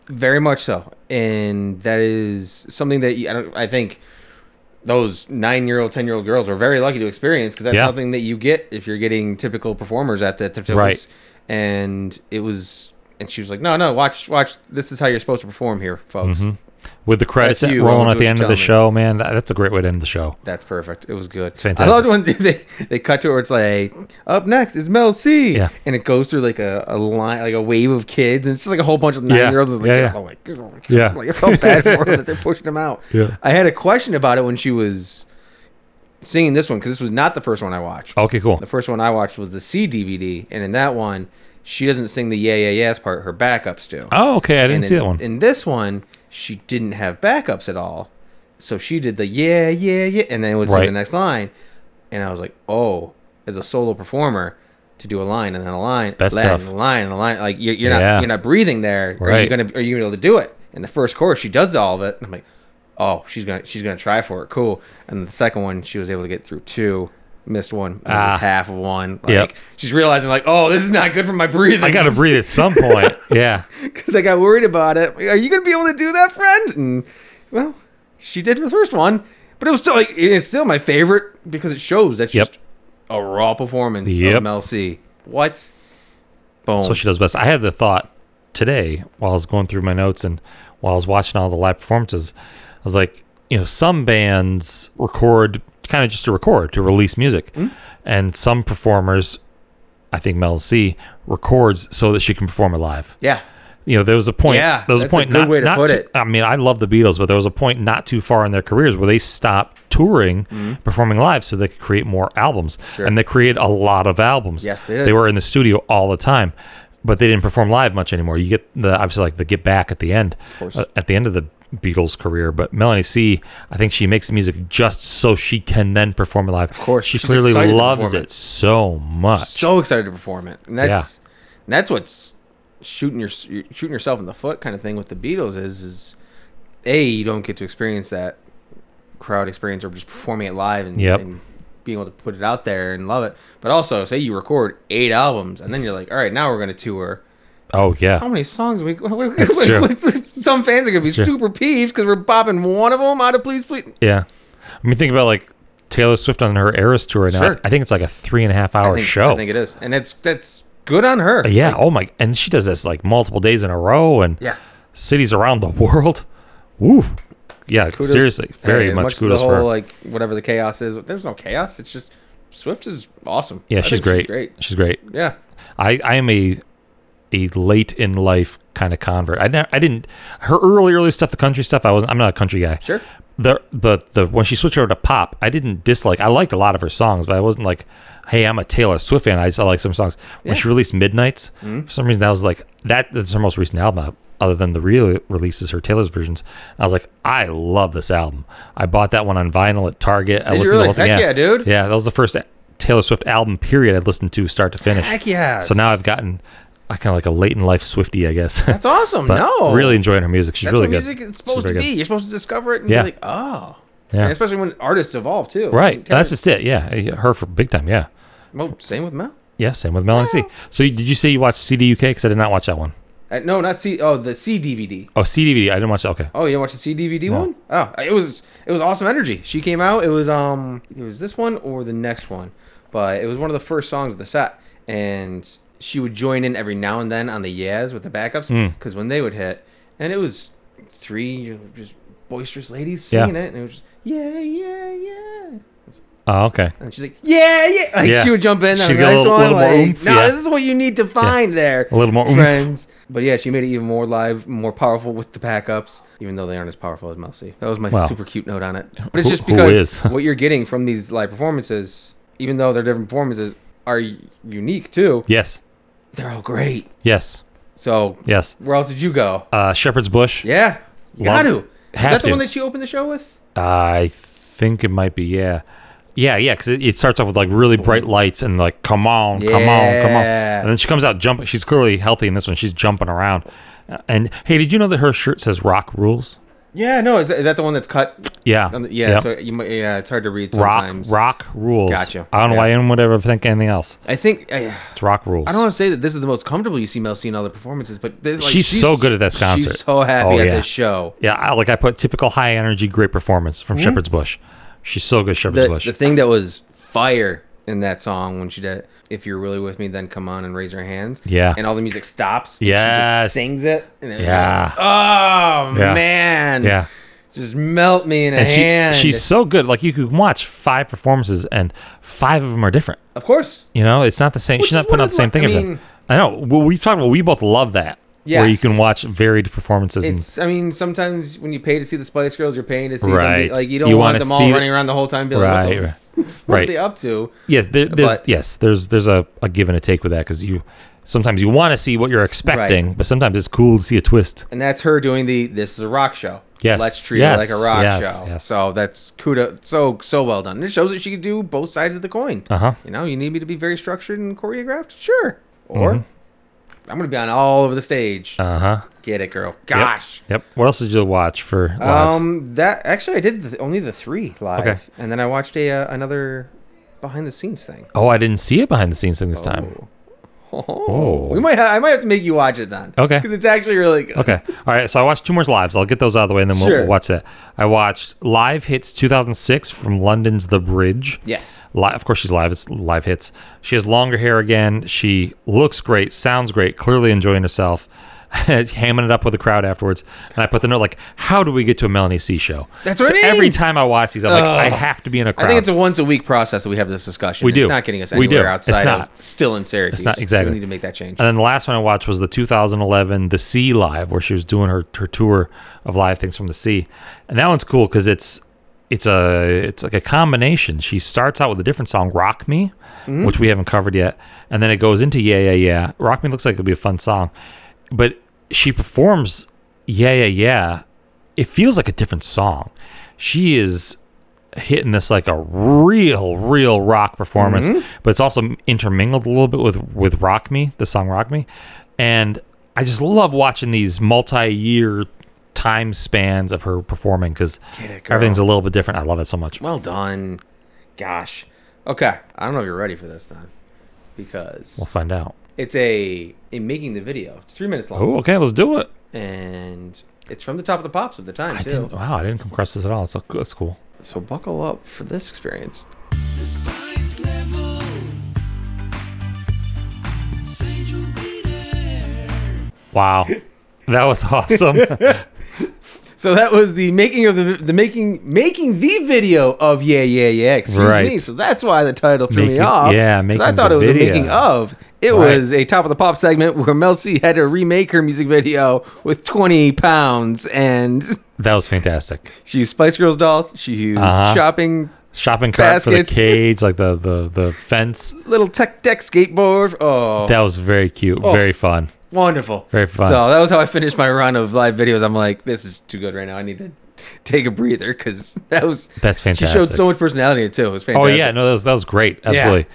[SPEAKER 5] Very much so, and that is something that you, I don't. I think those nine-year-old, ten-year-old girls are very lucky to experience because that's
[SPEAKER 6] Yeah.
[SPEAKER 5] something that you get if you're getting typical performers at the tip
[SPEAKER 6] Right.
[SPEAKER 5] And it was, and she was like, "No, no, watch, watch. This is how you're supposed to perform here, folks.
[SPEAKER 6] Mm-hmm. With the credits
[SPEAKER 5] That's you,
[SPEAKER 6] rolling
[SPEAKER 5] Owen,
[SPEAKER 6] at the
[SPEAKER 5] what
[SPEAKER 6] end
[SPEAKER 5] you
[SPEAKER 6] of the
[SPEAKER 5] tell me.
[SPEAKER 6] show, man, that, that's a great way to end the show.
[SPEAKER 5] That's perfect. It was good. I
[SPEAKER 6] fantastic.
[SPEAKER 5] loved when they, they cut to where it's like, up next is Mel C.
[SPEAKER 6] Yeah.
[SPEAKER 5] And it goes through like a, a line, like a wave of kids. And it's just like a whole bunch of
[SPEAKER 6] Yeah.
[SPEAKER 5] nine year olds. Like,
[SPEAKER 6] Yeah, yeah.
[SPEAKER 5] Oh my God.
[SPEAKER 6] Yeah.
[SPEAKER 5] Like, I felt bad for them that they're pushing them out.
[SPEAKER 6] Yeah.
[SPEAKER 5] I had a question about it when she was singing this one because this was not the first one I watched.
[SPEAKER 6] Okay, cool.
[SPEAKER 5] The first one I watched was the C DVD. And in that one, she doesn't sing the yeah, yeah, yes part. Her backups do.
[SPEAKER 6] Oh, okay. I didn't
[SPEAKER 5] And
[SPEAKER 6] see
[SPEAKER 5] in,
[SPEAKER 6] that one.
[SPEAKER 5] In this one, she didn't have backups at all. So she did the yeah, yeah, yeah, and then it would say
[SPEAKER 6] Right.
[SPEAKER 5] the next line. And I was like, oh, as a solo performer, to do a line and then a line,
[SPEAKER 6] That's
[SPEAKER 5] line,
[SPEAKER 6] tough.
[SPEAKER 5] and a line and a line, like you're, you're
[SPEAKER 6] Yeah.
[SPEAKER 5] not you're not breathing there. Are you
[SPEAKER 6] Right.
[SPEAKER 5] gonna are you gonna be able to do it? In the first chorus, she does all of it. And I'm like, oh, she's gonna she's gonna try for it. Cool. And the second one, she was able to get through two. Missed one,
[SPEAKER 6] Ah.
[SPEAKER 5] half of one. Like,
[SPEAKER 6] Yep.
[SPEAKER 5] She's realizing, like, oh, this is not good for my breathing.
[SPEAKER 6] I got to breathe at some point. Yeah.
[SPEAKER 5] because I got worried about it. Are you going to be able to do that, friend? And well, she did the first one, but it was still like it's still my favorite because it shows that's
[SPEAKER 6] Yep.
[SPEAKER 5] just a raw performance
[SPEAKER 6] Yep.
[SPEAKER 5] of Mel C. What? Boom.
[SPEAKER 6] That's what she does best. I had the thought today while I was going through my notes and while I was watching all the live performances, I was like, you know, some bands record kind of just to record, to release music. And some performers, I think Mel C, records so that she can perform it live.
[SPEAKER 5] yeah.
[SPEAKER 6] You know, there was a point.
[SPEAKER 5] Yeah,
[SPEAKER 6] there was a
[SPEAKER 5] that's a
[SPEAKER 6] point.
[SPEAKER 5] good
[SPEAKER 6] not,
[SPEAKER 5] way to
[SPEAKER 6] not
[SPEAKER 5] put
[SPEAKER 6] too-
[SPEAKER 5] it.
[SPEAKER 6] I mean, I love the Beatles, but there was a point not too far in their careers where they stopped touring, performing live, so they could create more albums.
[SPEAKER 5] Mm-hmm. Sure.
[SPEAKER 6] And they created a lot of albums.
[SPEAKER 5] Yes, they did.
[SPEAKER 6] They were in the studio all the time, but they didn't perform live much anymore. You get the obviously like the Get Back at the end,
[SPEAKER 5] course.
[SPEAKER 6] uh, at the end of the Beatles career. But Melanie C, I think she makes music just so she can then perform it live. Of
[SPEAKER 5] course,
[SPEAKER 6] she
[SPEAKER 5] she's
[SPEAKER 6] clearly
[SPEAKER 5] excited to
[SPEAKER 6] loves
[SPEAKER 5] perform
[SPEAKER 6] it.
[SPEAKER 5] it.
[SPEAKER 6] so much.
[SPEAKER 5] So excited to perform it, and that's and that's what's shooting your shooting yourself in the foot kind of thing with the Beatles is is a you don't get to experience that crowd experience or just performing it live and,
[SPEAKER 6] Yep.
[SPEAKER 5] and being able to put it out there and love it. But also, say you record eight albums and then you're like, all right, now we're going to tour.
[SPEAKER 6] oh
[SPEAKER 5] How
[SPEAKER 6] yeah,
[SPEAKER 5] many songs we?
[SPEAKER 6] true.
[SPEAKER 5] some fans are going to be
[SPEAKER 6] true.
[SPEAKER 5] super peeved because we're bopping one of them out of Please Please.
[SPEAKER 6] yeah. I mean, think about like Taylor Swift on her Eras tour right now.
[SPEAKER 5] Sure.
[SPEAKER 6] I think it's like a three and a half hour
[SPEAKER 5] I think,
[SPEAKER 6] show.
[SPEAKER 5] I think it is, and it's that's good on her.
[SPEAKER 6] yeah. oh my, and she does this like multiple days in a row, and
[SPEAKER 5] yeah.
[SPEAKER 6] cities around the world. Woo. Yeah,
[SPEAKER 5] Kudos-
[SPEAKER 6] seriously, very
[SPEAKER 5] Hey, as
[SPEAKER 6] much,
[SPEAKER 5] as
[SPEAKER 6] kudos
[SPEAKER 5] the
[SPEAKER 6] for
[SPEAKER 5] whole,
[SPEAKER 6] her.
[SPEAKER 5] like whatever the chaos is. There's no chaos. It's just Swift is awesome.
[SPEAKER 6] yeah,
[SPEAKER 5] I
[SPEAKER 6] she's
[SPEAKER 5] think
[SPEAKER 6] great.
[SPEAKER 5] great.
[SPEAKER 6] She's great.
[SPEAKER 5] Yeah,
[SPEAKER 6] I, I am a a late in life kind of convert. I ne- I didn't her early early stuff, the country stuff. I was I'm not a country guy.
[SPEAKER 5] Sure.
[SPEAKER 6] The the the when she switched over to pop, I didn't dislike. I liked a lot of her songs, but I wasn't like, hey, I'm a Taylor Swift fan. I just I like some songs. When she released Midnight's,
[SPEAKER 5] Mm-hmm.
[SPEAKER 6] for some reason that was like that. That's her most recent album. uh, Other than the real releases, her Taylor's versions, I was like, I love this album. I bought that one on vinyl at Target. I
[SPEAKER 5] Did you
[SPEAKER 6] listened
[SPEAKER 5] really?
[SPEAKER 6] to the whole thing.
[SPEAKER 5] Heck yeah, dude.
[SPEAKER 6] Yeah, that was the first Taylor Swift album period I listened to start to finish.
[SPEAKER 5] heck yeah.
[SPEAKER 6] So now I've gotten I kind of like a late in life Swifty, I guess.
[SPEAKER 5] that's awesome.
[SPEAKER 6] but
[SPEAKER 5] no,
[SPEAKER 6] really enjoying her music. She's
[SPEAKER 5] that's
[SPEAKER 6] really
[SPEAKER 5] what
[SPEAKER 6] good.
[SPEAKER 5] music
[SPEAKER 6] She's
[SPEAKER 5] is supposed to
[SPEAKER 6] very
[SPEAKER 5] be.
[SPEAKER 6] good.
[SPEAKER 5] You're supposed to discover it and
[SPEAKER 6] Yeah.
[SPEAKER 5] be like, oh,
[SPEAKER 6] Yeah.
[SPEAKER 5] And especially when artists evolve too.
[SPEAKER 6] Right.
[SPEAKER 5] Taylor-
[SPEAKER 6] That's just it. Yeah. Her for big time. Yeah.
[SPEAKER 5] Well, same with Mel.
[SPEAKER 6] Yeah. Same with Melanie C. So you- did you say you watched CDUK? Because I did not watch that one.
[SPEAKER 5] Uh, no, not C. Oh, the C DVD.
[SPEAKER 6] Oh, CDVD. I didn't watch that. Okay.
[SPEAKER 5] Oh, you didn't watch the C DVD one? Oh, it was it was awesome energy. She came out. It was um it was this one or the next one, but it was one of the first songs of the set, and she would join in every now and then on the yes with the backups
[SPEAKER 6] Hmm.
[SPEAKER 5] because when they would hit, and it was three you know, just boisterous ladies
[SPEAKER 6] Yeah.
[SPEAKER 5] singing it, and it was just yeah yeah yeah.
[SPEAKER 6] Oh, okay.
[SPEAKER 5] And she's like, yeah, yeah. Like
[SPEAKER 6] Yeah.
[SPEAKER 5] she would jump in.
[SPEAKER 6] She'd
[SPEAKER 5] She'd
[SPEAKER 6] get a
[SPEAKER 5] nice
[SPEAKER 6] little-
[SPEAKER 5] one.
[SPEAKER 6] little more
[SPEAKER 5] like,
[SPEAKER 6] oomph,
[SPEAKER 5] no,
[SPEAKER 6] yeah.
[SPEAKER 5] this is what you need to find there.
[SPEAKER 6] A little more oomph.
[SPEAKER 5] friends. But yeah, she made it even more live, more powerful with the backups, even though they aren't as powerful as Mel C. That was my
[SPEAKER 6] Wow.
[SPEAKER 5] super cute note on it. But it's
[SPEAKER 6] Who-
[SPEAKER 5] just
[SPEAKER 6] who
[SPEAKER 5] because
[SPEAKER 6] is?
[SPEAKER 5] what you're getting from these live performances, even though they're different performances, are u- unique too.
[SPEAKER 6] Yes.
[SPEAKER 5] They're all great.
[SPEAKER 6] Yes.
[SPEAKER 5] So
[SPEAKER 6] Yes.
[SPEAKER 5] where else did you go?
[SPEAKER 6] Uh, Shepherd's Bush.
[SPEAKER 5] Yeah, you
[SPEAKER 6] Love-
[SPEAKER 5] got to. Is
[SPEAKER 6] have
[SPEAKER 5] that the
[SPEAKER 6] to.
[SPEAKER 5] one that she opened the show with?
[SPEAKER 6] I think it might be. Yeah. Yeah, yeah, because it, it starts off with like really bright lights and like, come on, come on, come on.
[SPEAKER 5] Yeah.
[SPEAKER 6] And then she comes out jumping. She's clearly healthy in this one. She's jumping around. Uh, And hey, did you know that her shirt says rock rules?
[SPEAKER 5] Yeah, no. Is that, is that the one that's cut?
[SPEAKER 6] Yeah.
[SPEAKER 5] on the- yeah.
[SPEAKER 6] Yep.
[SPEAKER 5] So you might. Yeah, it's hard to read
[SPEAKER 6] rock,
[SPEAKER 5] sometimes.
[SPEAKER 6] rock rules.
[SPEAKER 5] Gotcha.
[SPEAKER 6] I don't know
[SPEAKER 5] Yeah.
[SPEAKER 6] why anyone would ever think anything else.
[SPEAKER 5] I think I,
[SPEAKER 6] It's rock rules.
[SPEAKER 5] I don't want to say that this is the most comfortable you see Mel C in other performances, but this, like,
[SPEAKER 6] She's so good at this concert.
[SPEAKER 5] She's so happy
[SPEAKER 6] Oh,
[SPEAKER 5] at
[SPEAKER 6] yeah.
[SPEAKER 5] this show.
[SPEAKER 6] Yeah, I, like I put typical high energy, great performance from Shepherd's Bush. She's so good, Shepherd's
[SPEAKER 5] Mm-hmm. The,
[SPEAKER 6] Bush.
[SPEAKER 5] the thing that was fire in that song when she did "If You're Really With Me, Then Come On and Raise Her Hands."
[SPEAKER 6] Yeah.
[SPEAKER 5] and all the music stops. and she
[SPEAKER 6] Yes.
[SPEAKER 5] just sings it. And it was
[SPEAKER 6] Yeah.
[SPEAKER 5] just, oh
[SPEAKER 6] Yeah.
[SPEAKER 5] man,
[SPEAKER 6] yeah,
[SPEAKER 5] just melt me in a
[SPEAKER 6] and
[SPEAKER 5] hand.
[SPEAKER 6] she she's so good. Like you could watch five performances, and five of them are different.
[SPEAKER 5] of course.
[SPEAKER 6] You know, it's not the same.
[SPEAKER 5] Which
[SPEAKER 6] she's
[SPEAKER 5] is
[SPEAKER 6] not
[SPEAKER 5] what
[SPEAKER 6] putting
[SPEAKER 5] I
[SPEAKER 6] out the same
[SPEAKER 5] like.
[SPEAKER 6] thing.
[SPEAKER 5] I
[SPEAKER 6] every
[SPEAKER 5] mean-
[SPEAKER 6] I know. Well, we've talked about. We both love that. Where you
[SPEAKER 5] Yes.
[SPEAKER 6] can watch varied performances. And,
[SPEAKER 5] It's. I mean, sometimes when you pay to see the Spice Girls, you're paying to see them.
[SPEAKER 6] Right.
[SPEAKER 5] Be, like you don't
[SPEAKER 6] You
[SPEAKER 5] want
[SPEAKER 6] wanna
[SPEAKER 5] them all
[SPEAKER 6] see-
[SPEAKER 5] running around the whole time. Being like, what, the,
[SPEAKER 6] right.
[SPEAKER 5] what are
[SPEAKER 6] Right.
[SPEAKER 5] they
[SPEAKER 6] right.
[SPEAKER 5] up to?
[SPEAKER 6] Yes. There, there's,
[SPEAKER 5] But-
[SPEAKER 6] yes. There's there's a, a give and a take with that because you sometimes you want to see what you're expecting, but sometimes it's cool to see a twist.
[SPEAKER 5] and that's her doing the this is a rock show.
[SPEAKER 6] Yes,
[SPEAKER 5] let's treat
[SPEAKER 6] yes,
[SPEAKER 5] it like a rock
[SPEAKER 6] yes,
[SPEAKER 5] show.
[SPEAKER 6] yes.
[SPEAKER 5] So that's kuda, so so well done. It shows that she could do both sides of the coin.
[SPEAKER 6] Uh huh.
[SPEAKER 5] You know, you need me to be very structured and choreographed, sure, or I'm gonna be on all over the stage.
[SPEAKER 6] Mm-hmm. Uh huh.
[SPEAKER 5] Get it, girl. Gosh.
[SPEAKER 6] Yep. What else did you watch for lives?
[SPEAKER 5] Um, that actually, I did the, only the three live,
[SPEAKER 6] Okay.
[SPEAKER 5] and then I watched a uh, another behind the scenes thing.
[SPEAKER 6] oh, I didn't see it behind the scenes thing this time.
[SPEAKER 5] Oh, we might. Ha- I might have to make you watch it then.
[SPEAKER 6] Okay.
[SPEAKER 5] because it's actually really good.
[SPEAKER 6] Okay. All right. So I watched two more lives. I'll get those out of the way and then we'll,
[SPEAKER 5] Sure.
[SPEAKER 6] we'll watch that. I watched Live Hits 2006 from London's The Bridge.
[SPEAKER 5] Yes.
[SPEAKER 6] Li- of course, she's live. It's Live Hits. She has longer hair again. She looks great, sounds great, clearly enjoying herself. Hamming it up with the crowd afterwards, and I put the note like, "How do we get to a Melanie C show?"
[SPEAKER 5] That's what I
[SPEAKER 6] Every
[SPEAKER 5] mean.
[SPEAKER 6] time I watch these, I'm like,
[SPEAKER 5] Ugh.
[SPEAKER 6] "I have to be in a crowd."
[SPEAKER 5] I think it's a once a week process that we have this discussion.
[SPEAKER 6] We do.
[SPEAKER 5] It's not getting us
[SPEAKER 6] We do.
[SPEAKER 5] anywhere
[SPEAKER 6] It's
[SPEAKER 5] outside
[SPEAKER 6] not.
[SPEAKER 5] of still in Syracuse.
[SPEAKER 6] It's not-
[SPEAKER 5] so
[SPEAKER 6] exactly. Uh,
[SPEAKER 5] we need to make that change.
[SPEAKER 6] And then the last one I watched was the 2011 The Sea Live, where she was doing her, her tour of live things from the sea, and that one's cool because it's it's a it's like a combination. She starts out with a different song, "Rock Me," which we haven't covered yet, and then it goes into "Yeah Yeah Yeah." "Rock Me" looks like it'll be a fun song, but she performs "Yeah Yeah Yeah." It feels like a different song. She is hitting this like a real, real rock performance,
[SPEAKER 5] Mm-hmm.
[SPEAKER 6] but it's also intermingled a little bit with with Rock Me, the song Rock Me, and I just love watching these multi-year time spans of her performing because
[SPEAKER 5] it, girl.
[SPEAKER 6] everything's a little bit different. I love it so much.
[SPEAKER 5] well done. Gosh. Okay. I don't know if you're ready for this then, because
[SPEAKER 6] We'll find out.
[SPEAKER 5] it's a in making the video. It's three minutes long,
[SPEAKER 6] Oh, okay, let's do it.
[SPEAKER 5] and it's from the top of the pops of the time
[SPEAKER 6] I
[SPEAKER 5] too.
[SPEAKER 6] didn't, wow, I didn't come across this at all. That's, so- that's cool.
[SPEAKER 5] So buckle up for this experience.
[SPEAKER 4] The spice level. Say you'll be there.
[SPEAKER 6] Wow, that was awesome.
[SPEAKER 5] So that was the making of the the making making the video of yeah yeah yeah. Excuse
[SPEAKER 6] Right.
[SPEAKER 5] me. So that's why the title threw me
[SPEAKER 6] Making-
[SPEAKER 5] off.
[SPEAKER 6] yeah,
[SPEAKER 5] 'cause I
[SPEAKER 6] making
[SPEAKER 5] thought
[SPEAKER 6] the
[SPEAKER 5] it was
[SPEAKER 6] video.
[SPEAKER 5] a making of. It
[SPEAKER 6] Right.
[SPEAKER 5] was a top of the pop segment where Mel C had to remake her music video with twenty pounds, and
[SPEAKER 6] that was fantastic.
[SPEAKER 5] she used Spice Girls dolls. She used
[SPEAKER 6] Uh-huh.
[SPEAKER 5] shopping
[SPEAKER 6] Shopping cart for the
[SPEAKER 5] Baskets.
[SPEAKER 6] cage, like the the the fence.
[SPEAKER 5] little tech deck skateboard. Oh,
[SPEAKER 6] That was very cute, very fun.
[SPEAKER 5] wonderful!
[SPEAKER 6] Very fun.
[SPEAKER 5] So that was how I finished my run of live videos. I'm like, this is too good right now. I need to take a breather because that was
[SPEAKER 6] That's
[SPEAKER 5] She showed
[SPEAKER 6] fantastic.
[SPEAKER 5] so much personality too. It was
[SPEAKER 6] Oh
[SPEAKER 5] fantastic.
[SPEAKER 6] yeah, no, that was that was great. Absolutely.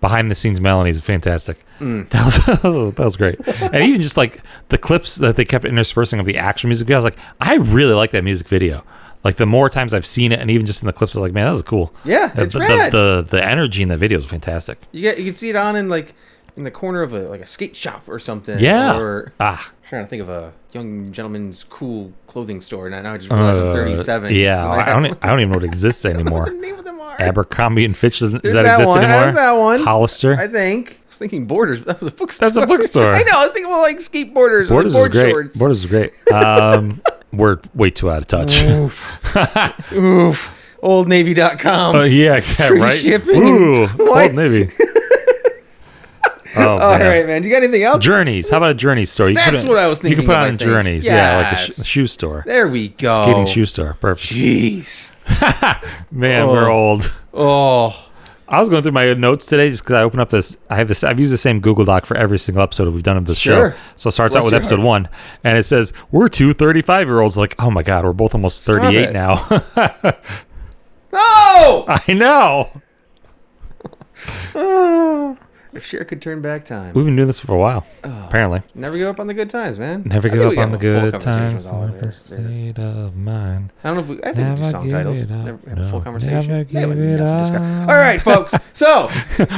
[SPEAKER 6] Behind the scenes Melanie is fantastic.
[SPEAKER 5] Mm.
[SPEAKER 6] That was that was great. and even just like the clips that they kept interspersing of the actual music video, I was like, I really like that music video. Like the more times I've seen it, and even just in the clips, I was like, man, that was cool.
[SPEAKER 5] Yeah,
[SPEAKER 6] Uh,
[SPEAKER 5] it's
[SPEAKER 6] the,
[SPEAKER 5] rad.
[SPEAKER 6] The, the the energy in the video is fantastic.
[SPEAKER 5] You get you can see it on in like in the corner of a like a skate shop or something.
[SPEAKER 6] Yeah.
[SPEAKER 5] Or
[SPEAKER 6] ah,
[SPEAKER 5] I'm trying to think of a young gentleman's cool clothing store, and I now I just realized I'm 37.
[SPEAKER 6] Uh, Yeah,
[SPEAKER 5] so
[SPEAKER 6] I don't. e, I don't even know it exists anymore.
[SPEAKER 5] the name of them are.
[SPEAKER 6] Abercrombie and Fitch doesn't does
[SPEAKER 5] There's
[SPEAKER 6] that, exist
[SPEAKER 5] one.
[SPEAKER 6] anymore?
[SPEAKER 5] There's that one.
[SPEAKER 6] Hollister.
[SPEAKER 5] I think. I was thinking Borders. That was a bookstore.
[SPEAKER 6] a bookstore.
[SPEAKER 5] I know. I was thinking about like skateboarders or like
[SPEAKER 6] Borders is
[SPEAKER 5] board
[SPEAKER 6] great.
[SPEAKER 5] shorts.
[SPEAKER 6] Borders is great. Um, we're way too out of touch.
[SPEAKER 5] Oof. Oldnavy.com.
[SPEAKER 6] Oh yeah, yeah,
[SPEAKER 5] Free
[SPEAKER 6] right.
[SPEAKER 5] shipping.
[SPEAKER 6] Ooh,
[SPEAKER 5] What?
[SPEAKER 6] Old Navy. oh,
[SPEAKER 5] All
[SPEAKER 6] man.
[SPEAKER 5] right, man. Do you got anything else?
[SPEAKER 6] Journeys. How about a Journeys store? You
[SPEAKER 5] That's
[SPEAKER 6] put it-
[SPEAKER 5] what I was
[SPEAKER 6] You
[SPEAKER 5] thinking
[SPEAKER 6] can put
[SPEAKER 5] of,
[SPEAKER 6] it
[SPEAKER 5] I
[SPEAKER 6] on
[SPEAKER 5] think.
[SPEAKER 6] Journeys. Yeah, like a, sh-
[SPEAKER 5] Yes. Oh.
[SPEAKER 6] shoe store,
[SPEAKER 5] There we go.
[SPEAKER 6] skating shoe store. Perfect.
[SPEAKER 5] Jeez.
[SPEAKER 6] Man, we're old.
[SPEAKER 5] Oh.
[SPEAKER 6] I was going through my notes today just because I opened up this. I have this. I've used the same Google Doc for every single episode we've done of this
[SPEAKER 5] Sure.
[SPEAKER 6] show. So it starts
[SPEAKER 5] Bless
[SPEAKER 6] out with
[SPEAKER 5] your
[SPEAKER 6] episode
[SPEAKER 5] heart.
[SPEAKER 6] one, and it says we're two 35 year olds. Like, oh my god, we're both almost 38
[SPEAKER 5] it.
[SPEAKER 6] now.
[SPEAKER 5] No.
[SPEAKER 6] I know. Ah.
[SPEAKER 5] If Cher could turn back time,
[SPEAKER 6] We've been doing this for a while, apparently.
[SPEAKER 5] never give up on the good times, man.
[SPEAKER 6] Never
[SPEAKER 5] I think
[SPEAKER 6] give
[SPEAKER 5] we
[SPEAKER 6] up
[SPEAKER 5] got
[SPEAKER 6] on the
[SPEAKER 5] a full
[SPEAKER 6] good
[SPEAKER 5] conversation with
[SPEAKER 6] times.
[SPEAKER 5] all of
[SPEAKER 6] never
[SPEAKER 5] this.
[SPEAKER 6] state of mind.
[SPEAKER 5] I don't know if we. I think we do
[SPEAKER 6] Never
[SPEAKER 5] song
[SPEAKER 6] give
[SPEAKER 5] titles.
[SPEAKER 6] it up.
[SPEAKER 5] Never have a full
[SPEAKER 6] No,
[SPEAKER 5] conversation.
[SPEAKER 6] never
[SPEAKER 5] They would
[SPEAKER 6] give it
[SPEAKER 5] enough to discuss.
[SPEAKER 6] up.
[SPEAKER 5] All right, folks. So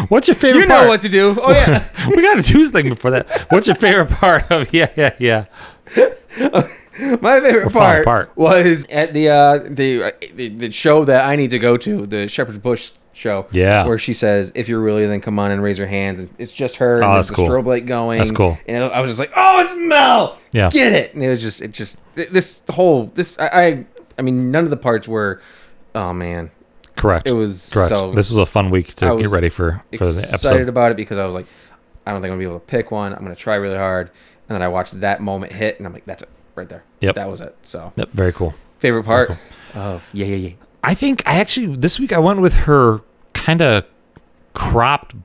[SPEAKER 6] What's your favorite
[SPEAKER 5] you know
[SPEAKER 6] part?
[SPEAKER 5] what to do. Oh yeah.
[SPEAKER 6] we got to do this thing before that. What's your favorite part of Yeah, yeah, yeah?
[SPEAKER 5] My favorite
[SPEAKER 6] falling
[SPEAKER 5] part,
[SPEAKER 6] apart.
[SPEAKER 5] was at the uh, the, uh, the the show that I need to go to, the Shepherd's Bush show.
[SPEAKER 6] Yeah.
[SPEAKER 5] where she says, "If you're really, then come on and raise your hands." And it's just her.
[SPEAKER 6] Oh,
[SPEAKER 5] and
[SPEAKER 6] that's
[SPEAKER 5] there's
[SPEAKER 6] cool.
[SPEAKER 5] The strobe light going.
[SPEAKER 6] That's cool.
[SPEAKER 5] And I was just like, "Oh, it's Mel.
[SPEAKER 6] Yeah.
[SPEAKER 5] get it." And it was just, it just th- this whole this. I, I, I mean, none of the parts were. Oh man,
[SPEAKER 6] Correct.
[SPEAKER 5] it was
[SPEAKER 6] correct.
[SPEAKER 5] so
[SPEAKER 6] this was a fun week
[SPEAKER 5] I
[SPEAKER 6] to get
[SPEAKER 5] was
[SPEAKER 6] ready for for the
[SPEAKER 5] excited
[SPEAKER 6] episode.
[SPEAKER 5] about it because I was like, I don't think I'm gonna be able to pick one. I'm gonna try really hard. And then I watched that moment hit, and I'm like, "That's it, right there.
[SPEAKER 6] Yep.
[SPEAKER 5] that was it." So
[SPEAKER 6] Yep, very cool.
[SPEAKER 5] favorite part of yeah yeah yeah
[SPEAKER 6] I think I actually this week I went with her kind of cropped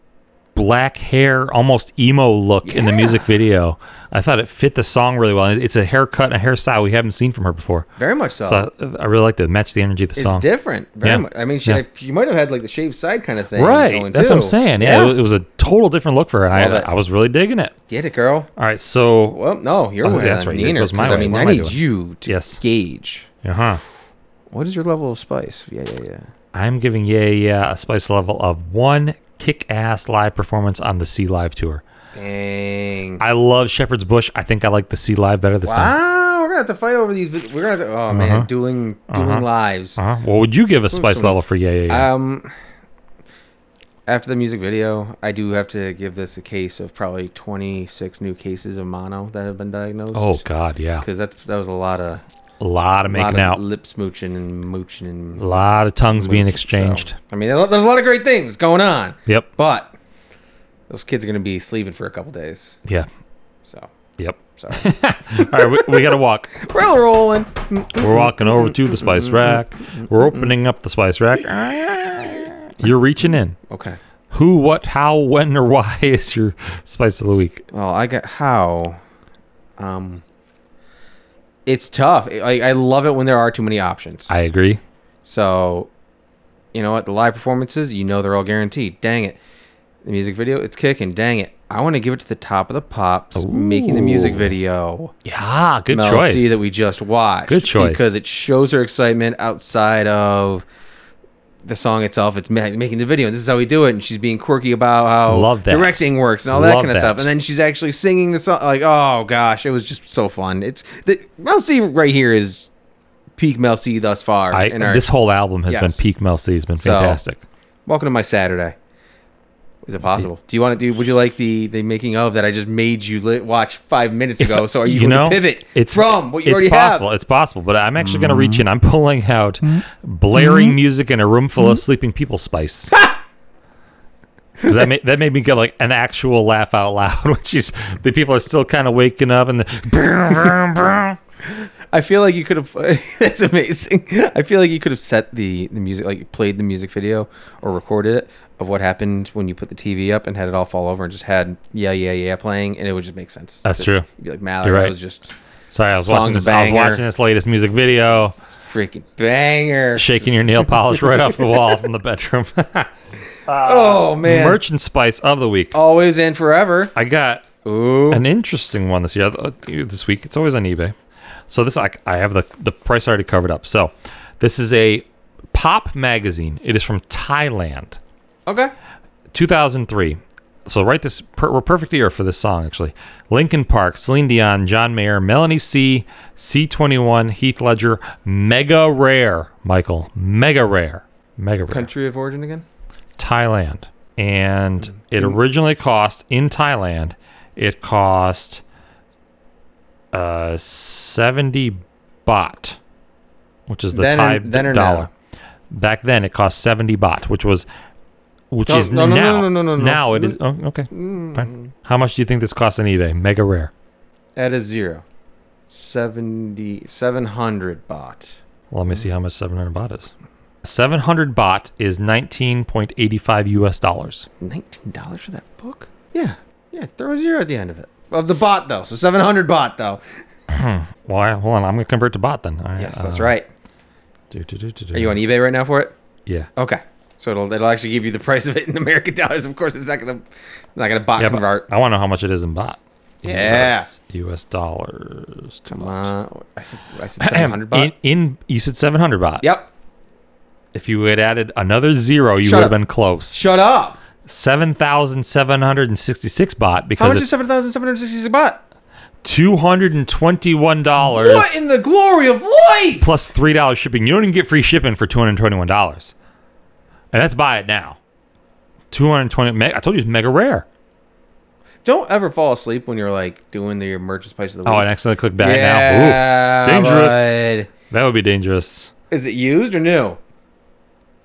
[SPEAKER 6] black hair, almost emo look in the music video. I thought it fit the song really well. It's a haircut and a hairstyle we haven't seen from her before.
[SPEAKER 5] very much so,
[SPEAKER 6] So I, I really liked it. It Matched the energy of the
[SPEAKER 5] Oh. it's
[SPEAKER 6] song.
[SPEAKER 5] different very
[SPEAKER 6] Yeah.
[SPEAKER 5] much i mean she,
[SPEAKER 6] Yeah.
[SPEAKER 5] you might have had like the shaved side kind of thing
[SPEAKER 6] Right.
[SPEAKER 5] going,
[SPEAKER 6] That's what I'm
[SPEAKER 5] too.
[SPEAKER 6] saying. Yeah, It, it was a total different look for her. And
[SPEAKER 5] Love
[SPEAKER 6] I,
[SPEAKER 5] it.
[SPEAKER 6] I was really digging it.
[SPEAKER 5] get it girl
[SPEAKER 6] All right. So,
[SPEAKER 5] well no you're
[SPEAKER 6] Oh,
[SPEAKER 5] way
[SPEAKER 6] that's
[SPEAKER 5] on
[SPEAKER 6] right. Here
[SPEAKER 5] Neener,
[SPEAKER 6] goes my
[SPEAKER 5] 'cause, i
[SPEAKER 6] way.
[SPEAKER 5] mean
[SPEAKER 6] What
[SPEAKER 5] i
[SPEAKER 6] am I
[SPEAKER 5] need
[SPEAKER 6] doing?
[SPEAKER 5] you to
[SPEAKER 6] Yes.
[SPEAKER 5] gauge
[SPEAKER 6] uh huh.
[SPEAKER 5] what is your level of spice yeah yeah yeah
[SPEAKER 6] I'm giving Yay Yeah a spice level of one kick ass live performance on the Sea Live tour.
[SPEAKER 5] dang
[SPEAKER 6] I love Shepherd's Bush. I think I like the Sea Live better this time.
[SPEAKER 5] wow we're gonna have to fight over these vid- we're gonna have to, oh man dueling dueling lives
[SPEAKER 6] Uh-huh. What would you give a spice
[SPEAKER 5] some-
[SPEAKER 6] level for Yay Yeah? Yeah?
[SPEAKER 5] um after the music video i do have to give this a case of probably 26 new cases of mono that have been diagnosed
[SPEAKER 6] oh, God. Yeah.
[SPEAKER 5] because that's that was a lot of
[SPEAKER 6] A lot of making
[SPEAKER 5] lot
[SPEAKER 6] out,
[SPEAKER 5] of lip smooching and mooching and
[SPEAKER 6] a lot of tongues being
[SPEAKER 5] mooching,
[SPEAKER 6] exchanged.
[SPEAKER 5] so- I mean, there- there's a lot of great things going on,
[SPEAKER 6] Yep.
[SPEAKER 5] but those kids are going to be sleeping for a couple days.
[SPEAKER 6] Yeah.
[SPEAKER 5] So
[SPEAKER 6] Yep.
[SPEAKER 5] sorry,
[SPEAKER 6] All right. We, we got to walk.
[SPEAKER 5] we're rolling.
[SPEAKER 6] We're walking over to the spice
[SPEAKER 5] Mm-hmm.
[SPEAKER 6] rack. We're opening up the spice rack. You're reaching in.
[SPEAKER 5] Okay.
[SPEAKER 6] Who, what, how, when, or why is your spice of the week?
[SPEAKER 5] Well, I got how. Um, it's tough. I I love it when there are too many options.
[SPEAKER 6] I agree.
[SPEAKER 5] So, you know what? The live performances, you know they're all guaranteed. Dang it. The music video, it's kicking. Dang it. I want to give it to the top of the pops making the music
[SPEAKER 6] Ooh.
[SPEAKER 5] video.
[SPEAKER 6] Yeah, good
[SPEAKER 5] Mel
[SPEAKER 6] choice.
[SPEAKER 5] C that we just watched.
[SPEAKER 6] Good choice.
[SPEAKER 5] Because it shows her excitement outside of the song itself. It's ma- making the video. And this is how we do it. And she's being quirky about how
[SPEAKER 6] Love that.
[SPEAKER 5] directing works and all that
[SPEAKER 6] Love
[SPEAKER 5] kind of stuff.
[SPEAKER 6] that.
[SPEAKER 5] And then she's actually singing the song. Like, oh gosh, it was just so fun. It's the Mel C right here is peak Mel C thus far.
[SPEAKER 6] I,
[SPEAKER 5] in our-
[SPEAKER 6] this whole album has been
[SPEAKER 5] Yes.
[SPEAKER 6] peak Mel C. It's been
[SPEAKER 5] So-
[SPEAKER 6] fantastic.
[SPEAKER 5] Welcome to my Saturday. Is it possible? Do you want to do? Would you like the the making of that I just made you li- watch five minutes ago? so are you, going to pivot?
[SPEAKER 6] It's
[SPEAKER 5] from what you
[SPEAKER 6] it's
[SPEAKER 5] already
[SPEAKER 6] possible.
[SPEAKER 5] have. Mm-hmm.
[SPEAKER 6] It's possible, but I'm actually going to reach in. I'm pulling out blaring music in a room full of sleeping people spice. 'Cause that made, that made me get like an actual laugh out loud when she's the people are still kind of waking up and the
[SPEAKER 5] I feel like you could have. that's amazing. I feel like you could have set the the music, like played the music video or recorded it of what happened when you put the TV up and had it all fall over and just had yeah yeah yeah playing and it would just make sense.
[SPEAKER 6] That's true.
[SPEAKER 5] You'd be like Mallory,
[SPEAKER 6] You're
[SPEAKER 5] that
[SPEAKER 6] right.
[SPEAKER 5] was just
[SPEAKER 6] Sorry, I was watching
[SPEAKER 5] Song's
[SPEAKER 6] this. I was
[SPEAKER 5] banger.
[SPEAKER 6] watching this latest music video,
[SPEAKER 5] freaking banger.
[SPEAKER 6] shaking your nail polish right off the wall from the bedroom.
[SPEAKER 5] oh man,
[SPEAKER 6] Merchant spice of the week.
[SPEAKER 5] always and forever.
[SPEAKER 6] I got
[SPEAKER 5] Ooh,
[SPEAKER 6] an interesting one this year. uh, This week, it's always on eBay. So this, I, I have the the price already covered up. So this is a pop magazine. It is from Thailand,
[SPEAKER 5] okay.
[SPEAKER 6] 2003. So right this per, we're perfect year for this song actually. Lincoln Park, Celine Dion, John Mayer, Melanie C, C21, Heath Ledger, Mega Rare, Michael, Mega Rare, Mega Rare,
[SPEAKER 5] Country of origin again?
[SPEAKER 6] Thailand,
[SPEAKER 5] Mm-hmm.
[SPEAKER 6] and it originally cost in Thailand, it cost uh 70 baht, which is the
[SPEAKER 5] Then or-
[SPEAKER 6] Thai
[SPEAKER 5] then or
[SPEAKER 6] dollar.
[SPEAKER 5] now?
[SPEAKER 6] Back then it cost 70 baht, which was which
[SPEAKER 5] No,
[SPEAKER 6] is
[SPEAKER 5] Oh, no, no, no,
[SPEAKER 6] now.
[SPEAKER 5] no, no, Mm. no, no.
[SPEAKER 6] Now it is oh, okay. Fine. How much do you think this costs on eBay? Mega rare.
[SPEAKER 5] That is zero. 70, 700 baht.
[SPEAKER 6] Well, let
[SPEAKER 5] Mm.
[SPEAKER 6] me see how much 700 baht is. 700 baht is 19.85 US dollars.
[SPEAKER 5] $19 for that book? Yeah. Yeah, throw a zero at the end of it. Of the bot, though. So 700 baht, though.
[SPEAKER 6] Well, I- hold on, I'm going to convert to baht then. All right,
[SPEAKER 5] Yes,
[SPEAKER 6] uh,
[SPEAKER 5] that's right.
[SPEAKER 6] do, do, do, do, do.
[SPEAKER 5] Are you on E- Oh, eBay right now for it?
[SPEAKER 6] Yeah.
[SPEAKER 5] Okay. So it'll, it'll actually give you the price of it in American dollars. Of course, it's not going to not gonna bot
[SPEAKER 6] Yeah, but
[SPEAKER 5] convert.
[SPEAKER 6] I want to know how much it is in baht.
[SPEAKER 5] Yeah.
[SPEAKER 6] US, US dollars.
[SPEAKER 5] Come on. Uh, I said, I said 700 baht.
[SPEAKER 6] In, in you said 700 baht.
[SPEAKER 5] Yep.
[SPEAKER 6] If you had added another zero, you
[SPEAKER 5] Shut
[SPEAKER 6] would
[SPEAKER 5] up.
[SPEAKER 6] have been close.
[SPEAKER 5] Shut up.
[SPEAKER 6] 7,766 baht
[SPEAKER 5] How
[SPEAKER 6] because
[SPEAKER 5] much is
[SPEAKER 6] it's
[SPEAKER 5] seven thousand seven hundred sixty-six baht?
[SPEAKER 6] $221
[SPEAKER 5] What in the glory of life?
[SPEAKER 6] plus $3 shipping. You don't even get free shipping for $221. And that's buy it now. 220 me- I told you it's mega rare.
[SPEAKER 5] Don't ever fall asleep when you're like doing your merchant's place of the week.
[SPEAKER 6] Oh, and accidentally click back
[SPEAKER 5] yeah,
[SPEAKER 6] now. Ooh, dangerous.
[SPEAKER 5] bud.
[SPEAKER 6] That would be dangerous.
[SPEAKER 5] Is it used or new?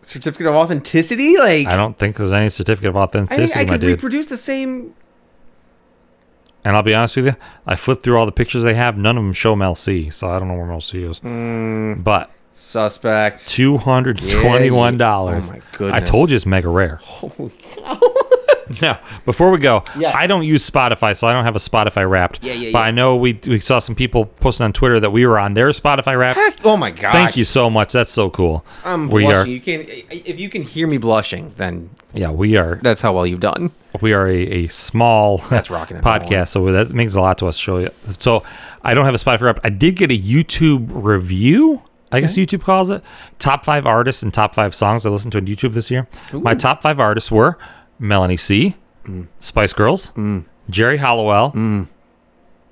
[SPEAKER 5] Certificate of authenticity? Like
[SPEAKER 6] I don't think there's any certificate of
[SPEAKER 5] I
[SPEAKER 6] authenticity,
[SPEAKER 5] think I
[SPEAKER 6] my
[SPEAKER 5] could
[SPEAKER 6] dude.
[SPEAKER 5] reproduce the same.
[SPEAKER 6] And I'll be honest with you, I flipped through all the pictures they have. None of them show Mel C, so I don't know where Mel C is. But
[SPEAKER 5] Suspect.
[SPEAKER 6] two hundred twenty-one dollars.
[SPEAKER 5] Mm. Yeah, you- oh my goodness.
[SPEAKER 6] I told you it's mega rare.
[SPEAKER 5] Holy cow.
[SPEAKER 6] Now, before we go,
[SPEAKER 5] Yes.
[SPEAKER 6] I don't use Spotify, so I don't have a Spotify Wrapped.
[SPEAKER 5] Yeah, yeah,
[SPEAKER 6] But
[SPEAKER 5] yeah.
[SPEAKER 6] I know we we saw some people posting on Twitter that we were on their Spotify Wrapped.
[SPEAKER 5] Heck, oh my god.
[SPEAKER 6] Thank you so much. That's so cool.
[SPEAKER 5] I'm
[SPEAKER 6] we
[SPEAKER 5] blushing.
[SPEAKER 6] are
[SPEAKER 5] You can if you can hear me blushing, then
[SPEAKER 6] yeah, we are
[SPEAKER 5] that's how well you've done.
[SPEAKER 6] we are a, a small
[SPEAKER 5] That's rocking and rolling.
[SPEAKER 6] podcast, so that means a lot to us. Show you. So I don't have a Spotify rep. I did get a YouTube review. I guess YouTube calls it top five artists and top five songs I listened to on YouTube this year. My top five artists were Melanie C,
[SPEAKER 5] Mm.
[SPEAKER 6] Spice Girls, Jerry Hollowell,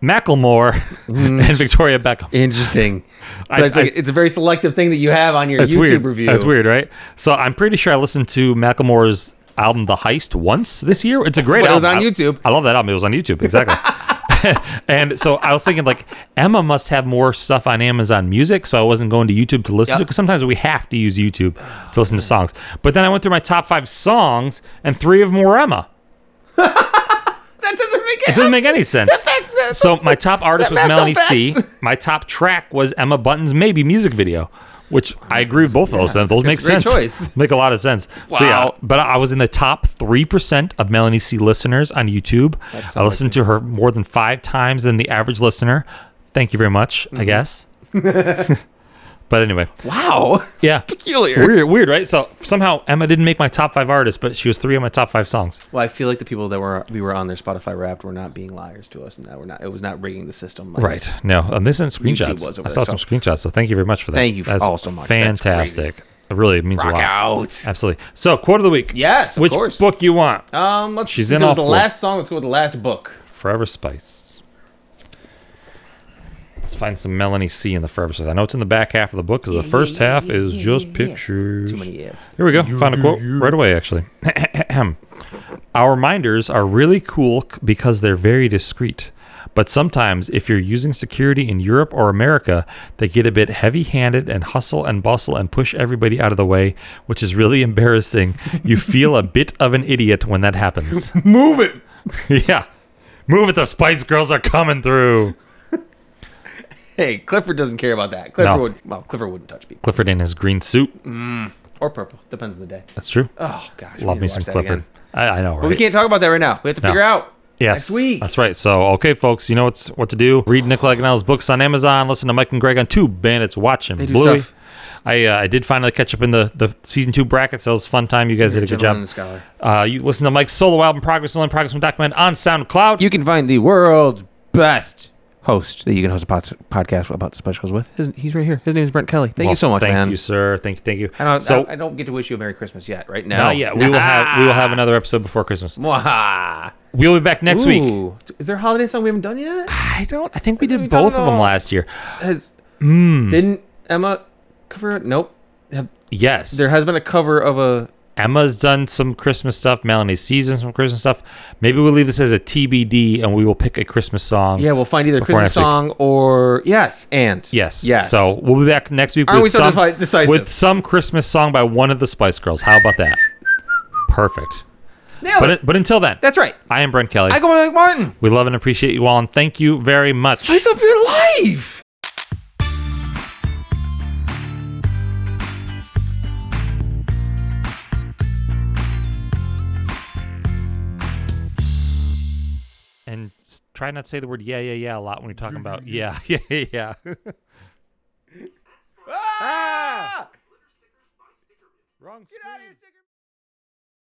[SPEAKER 6] Macklemore, and Victoria Beckham.
[SPEAKER 5] Interesting.
[SPEAKER 6] I-
[SPEAKER 5] Mm. But it's, like-
[SPEAKER 6] I-
[SPEAKER 5] it's a very selective thing that you have on your
[SPEAKER 6] That's
[SPEAKER 5] YouTube
[SPEAKER 6] weird.
[SPEAKER 5] review.
[SPEAKER 6] That's weird, right? So I'm pretty sure I listened to Macklemore's album "The Heist" once this year. It's a great
[SPEAKER 5] But it
[SPEAKER 6] album.
[SPEAKER 5] was on
[SPEAKER 6] I-
[SPEAKER 5] YouTube.
[SPEAKER 6] I love that album. It was on YouTube, exactly. and so I was thinking, like, Emma must have more stuff on Amazon Music, so I wasn't going to YouTube to listen
[SPEAKER 5] Yep.
[SPEAKER 6] to because sometimes we have to use YouTube to listen to songs. But then I went through my top five songs, and three of them were Emma.
[SPEAKER 5] That doesn't make
[SPEAKER 6] It doesn't make any sense. So my top artist was
[SPEAKER 5] math don't
[SPEAKER 6] Melanie C.
[SPEAKER 5] facts.
[SPEAKER 6] My top track was Emma Button's "Maybe" music video, which I agree with both of those. Those, those make
[SPEAKER 5] it's a great
[SPEAKER 6] sense.
[SPEAKER 5] choice.
[SPEAKER 6] Make a lot of sense. So yeah,
[SPEAKER 5] Wow.
[SPEAKER 6] but I was in the top three percent of Melanie C. listeners on YouTube. I listened to her more than five times than the average listener. Thank you very much.
[SPEAKER 5] Mm-hmm.
[SPEAKER 6] I guess. but anyway,
[SPEAKER 5] Wow.
[SPEAKER 6] yeah.
[SPEAKER 5] Peculiar.
[SPEAKER 6] Weird, weird, right? So somehow Emma didn't make my top five artists, but she was three of my top five songs.
[SPEAKER 5] Well, I feel like the people that were we were on their Spotify Wrapped were not being liars to us, and that we're not. It was not rigging the system. Like,
[SPEAKER 6] Right. No, I'm missing screenshotshots.
[SPEAKER 5] was over
[SPEAKER 6] I
[SPEAKER 5] there,
[SPEAKER 6] saw some
[SPEAKER 5] so-
[SPEAKER 6] screenshots, so thank you very much for that.
[SPEAKER 5] Thank you all so much. That's
[SPEAKER 6] Fantastic. It really means a
[SPEAKER 5] Rock
[SPEAKER 6] lot.
[SPEAKER 5] out.
[SPEAKER 6] Absolutely. So, quote of the week.
[SPEAKER 5] Yes, of
[SPEAKER 6] Which
[SPEAKER 5] course.
[SPEAKER 6] book you want?
[SPEAKER 5] Um, let's,
[SPEAKER 6] She's
[SPEAKER 5] since
[SPEAKER 6] in
[SPEAKER 5] it
[SPEAKER 6] all
[SPEAKER 5] was the
[SPEAKER 6] four.
[SPEAKER 5] last song. Let's go with the last book.
[SPEAKER 6] Forever Spice. Let's find some Melanie C in the Forever Spice. I know it's in the back half of the book because the first half is just pictures.
[SPEAKER 5] Too many yes.
[SPEAKER 6] Here we go. Found a quote right away, actually. Our minders are really cool c- because they're very discreet. But sometimes, if you're using security in Europe or America, they get a bit heavy handed and hustle and bustle and push everybody out of the way, which is really embarrassing. You feel a bit of an idiot when that happens.
[SPEAKER 5] Move it.
[SPEAKER 6] yeah. Move it, the Spice Girls are coming through.
[SPEAKER 5] Hey, Clifford doesn't care about that. Clifford
[SPEAKER 6] No.
[SPEAKER 5] would. Well, Clifford wouldn't touch people
[SPEAKER 6] Clifford in his green suit.
[SPEAKER 5] or purple. Depends on the day.
[SPEAKER 6] That's true.
[SPEAKER 5] Oh gosh. we
[SPEAKER 6] Love
[SPEAKER 5] need
[SPEAKER 6] me
[SPEAKER 5] to
[SPEAKER 6] some
[SPEAKER 5] watch that
[SPEAKER 6] Clifford.
[SPEAKER 5] again.
[SPEAKER 6] I, I know, right?
[SPEAKER 5] But we can't talk about that right now. We have to figure out.
[SPEAKER 6] Yes,
[SPEAKER 5] Next week.
[SPEAKER 6] That's right. So, okay, folks, you know what's what to do. Read Nick Agnell's books on Amazon. Listen to Mike and Greg on Two Bandits. Watch him.
[SPEAKER 5] They do
[SPEAKER 6] Bluey.
[SPEAKER 5] stuff.
[SPEAKER 6] I uh, I did finally catch up in the, the season two brackets. That was a fun time. You guys did a good
[SPEAKER 5] Gentleman and
[SPEAKER 6] job.
[SPEAKER 5] the Scholar.
[SPEAKER 6] Uh, you listen to Mike's solo album Progress and Progress from Document on SoundCloud.
[SPEAKER 5] You can find the world's best host that you can host a pod- podcast about the specials with. His, he's right here. His name is Brent Kelly. Thank
[SPEAKER 6] Well,
[SPEAKER 5] you so much,
[SPEAKER 6] Oh, thank
[SPEAKER 5] man. Uh,
[SPEAKER 6] you, sir. Thank you, thank you.
[SPEAKER 5] I don't,
[SPEAKER 6] so
[SPEAKER 5] I, I don't get to wish you a Merry Christmas yet, right now.
[SPEAKER 6] not yet. We will have we will have another episode before Christmas.
[SPEAKER 5] Mwah.
[SPEAKER 6] We'll be back next week.
[SPEAKER 5] Ooh. Is there a holiday song we haven't done yet?
[SPEAKER 6] I don't. I think we
[SPEAKER 5] We
[SPEAKER 6] did
[SPEAKER 5] don't
[SPEAKER 6] both of them
[SPEAKER 5] know.
[SPEAKER 6] last year.
[SPEAKER 5] Has
[SPEAKER 6] Hmm.
[SPEAKER 5] didn't Emma cover it? Nope. Have,
[SPEAKER 6] Yes,
[SPEAKER 5] there has been a cover of a
[SPEAKER 6] Emma's done some Christmas stuff. Melanie's seasoned some Christmas stuff. Maybe we'll leave this as a TBD, and we will pick a Christmas song.
[SPEAKER 5] yeah. We'll find either a
[SPEAKER 6] Before
[SPEAKER 5] Christmas
[SPEAKER 6] next week.
[SPEAKER 5] song or yes and
[SPEAKER 6] Yes.
[SPEAKER 5] yes.
[SPEAKER 6] So we'll be back next week
[SPEAKER 5] Aren't
[SPEAKER 6] with
[SPEAKER 5] we so
[SPEAKER 6] some
[SPEAKER 5] defi- decisive?
[SPEAKER 6] with some Christmas song by one of the Spice Girls. How about that? Perfect.
[SPEAKER 5] Nailed
[SPEAKER 6] But
[SPEAKER 5] it.
[SPEAKER 6] but until then,
[SPEAKER 5] that's right.
[SPEAKER 6] I am Brent Kelly.
[SPEAKER 5] I go by Martin.
[SPEAKER 6] we love and appreciate you all, and thank you very much.
[SPEAKER 5] Spice up your life.
[SPEAKER 6] And s- try not to say the word yeah, yeah, yeah a lot when you're talking about yeah, yeah, yeah.
[SPEAKER 5] Ah!
[SPEAKER 6] Wrong.
[SPEAKER 5] Get out of here, Sticker.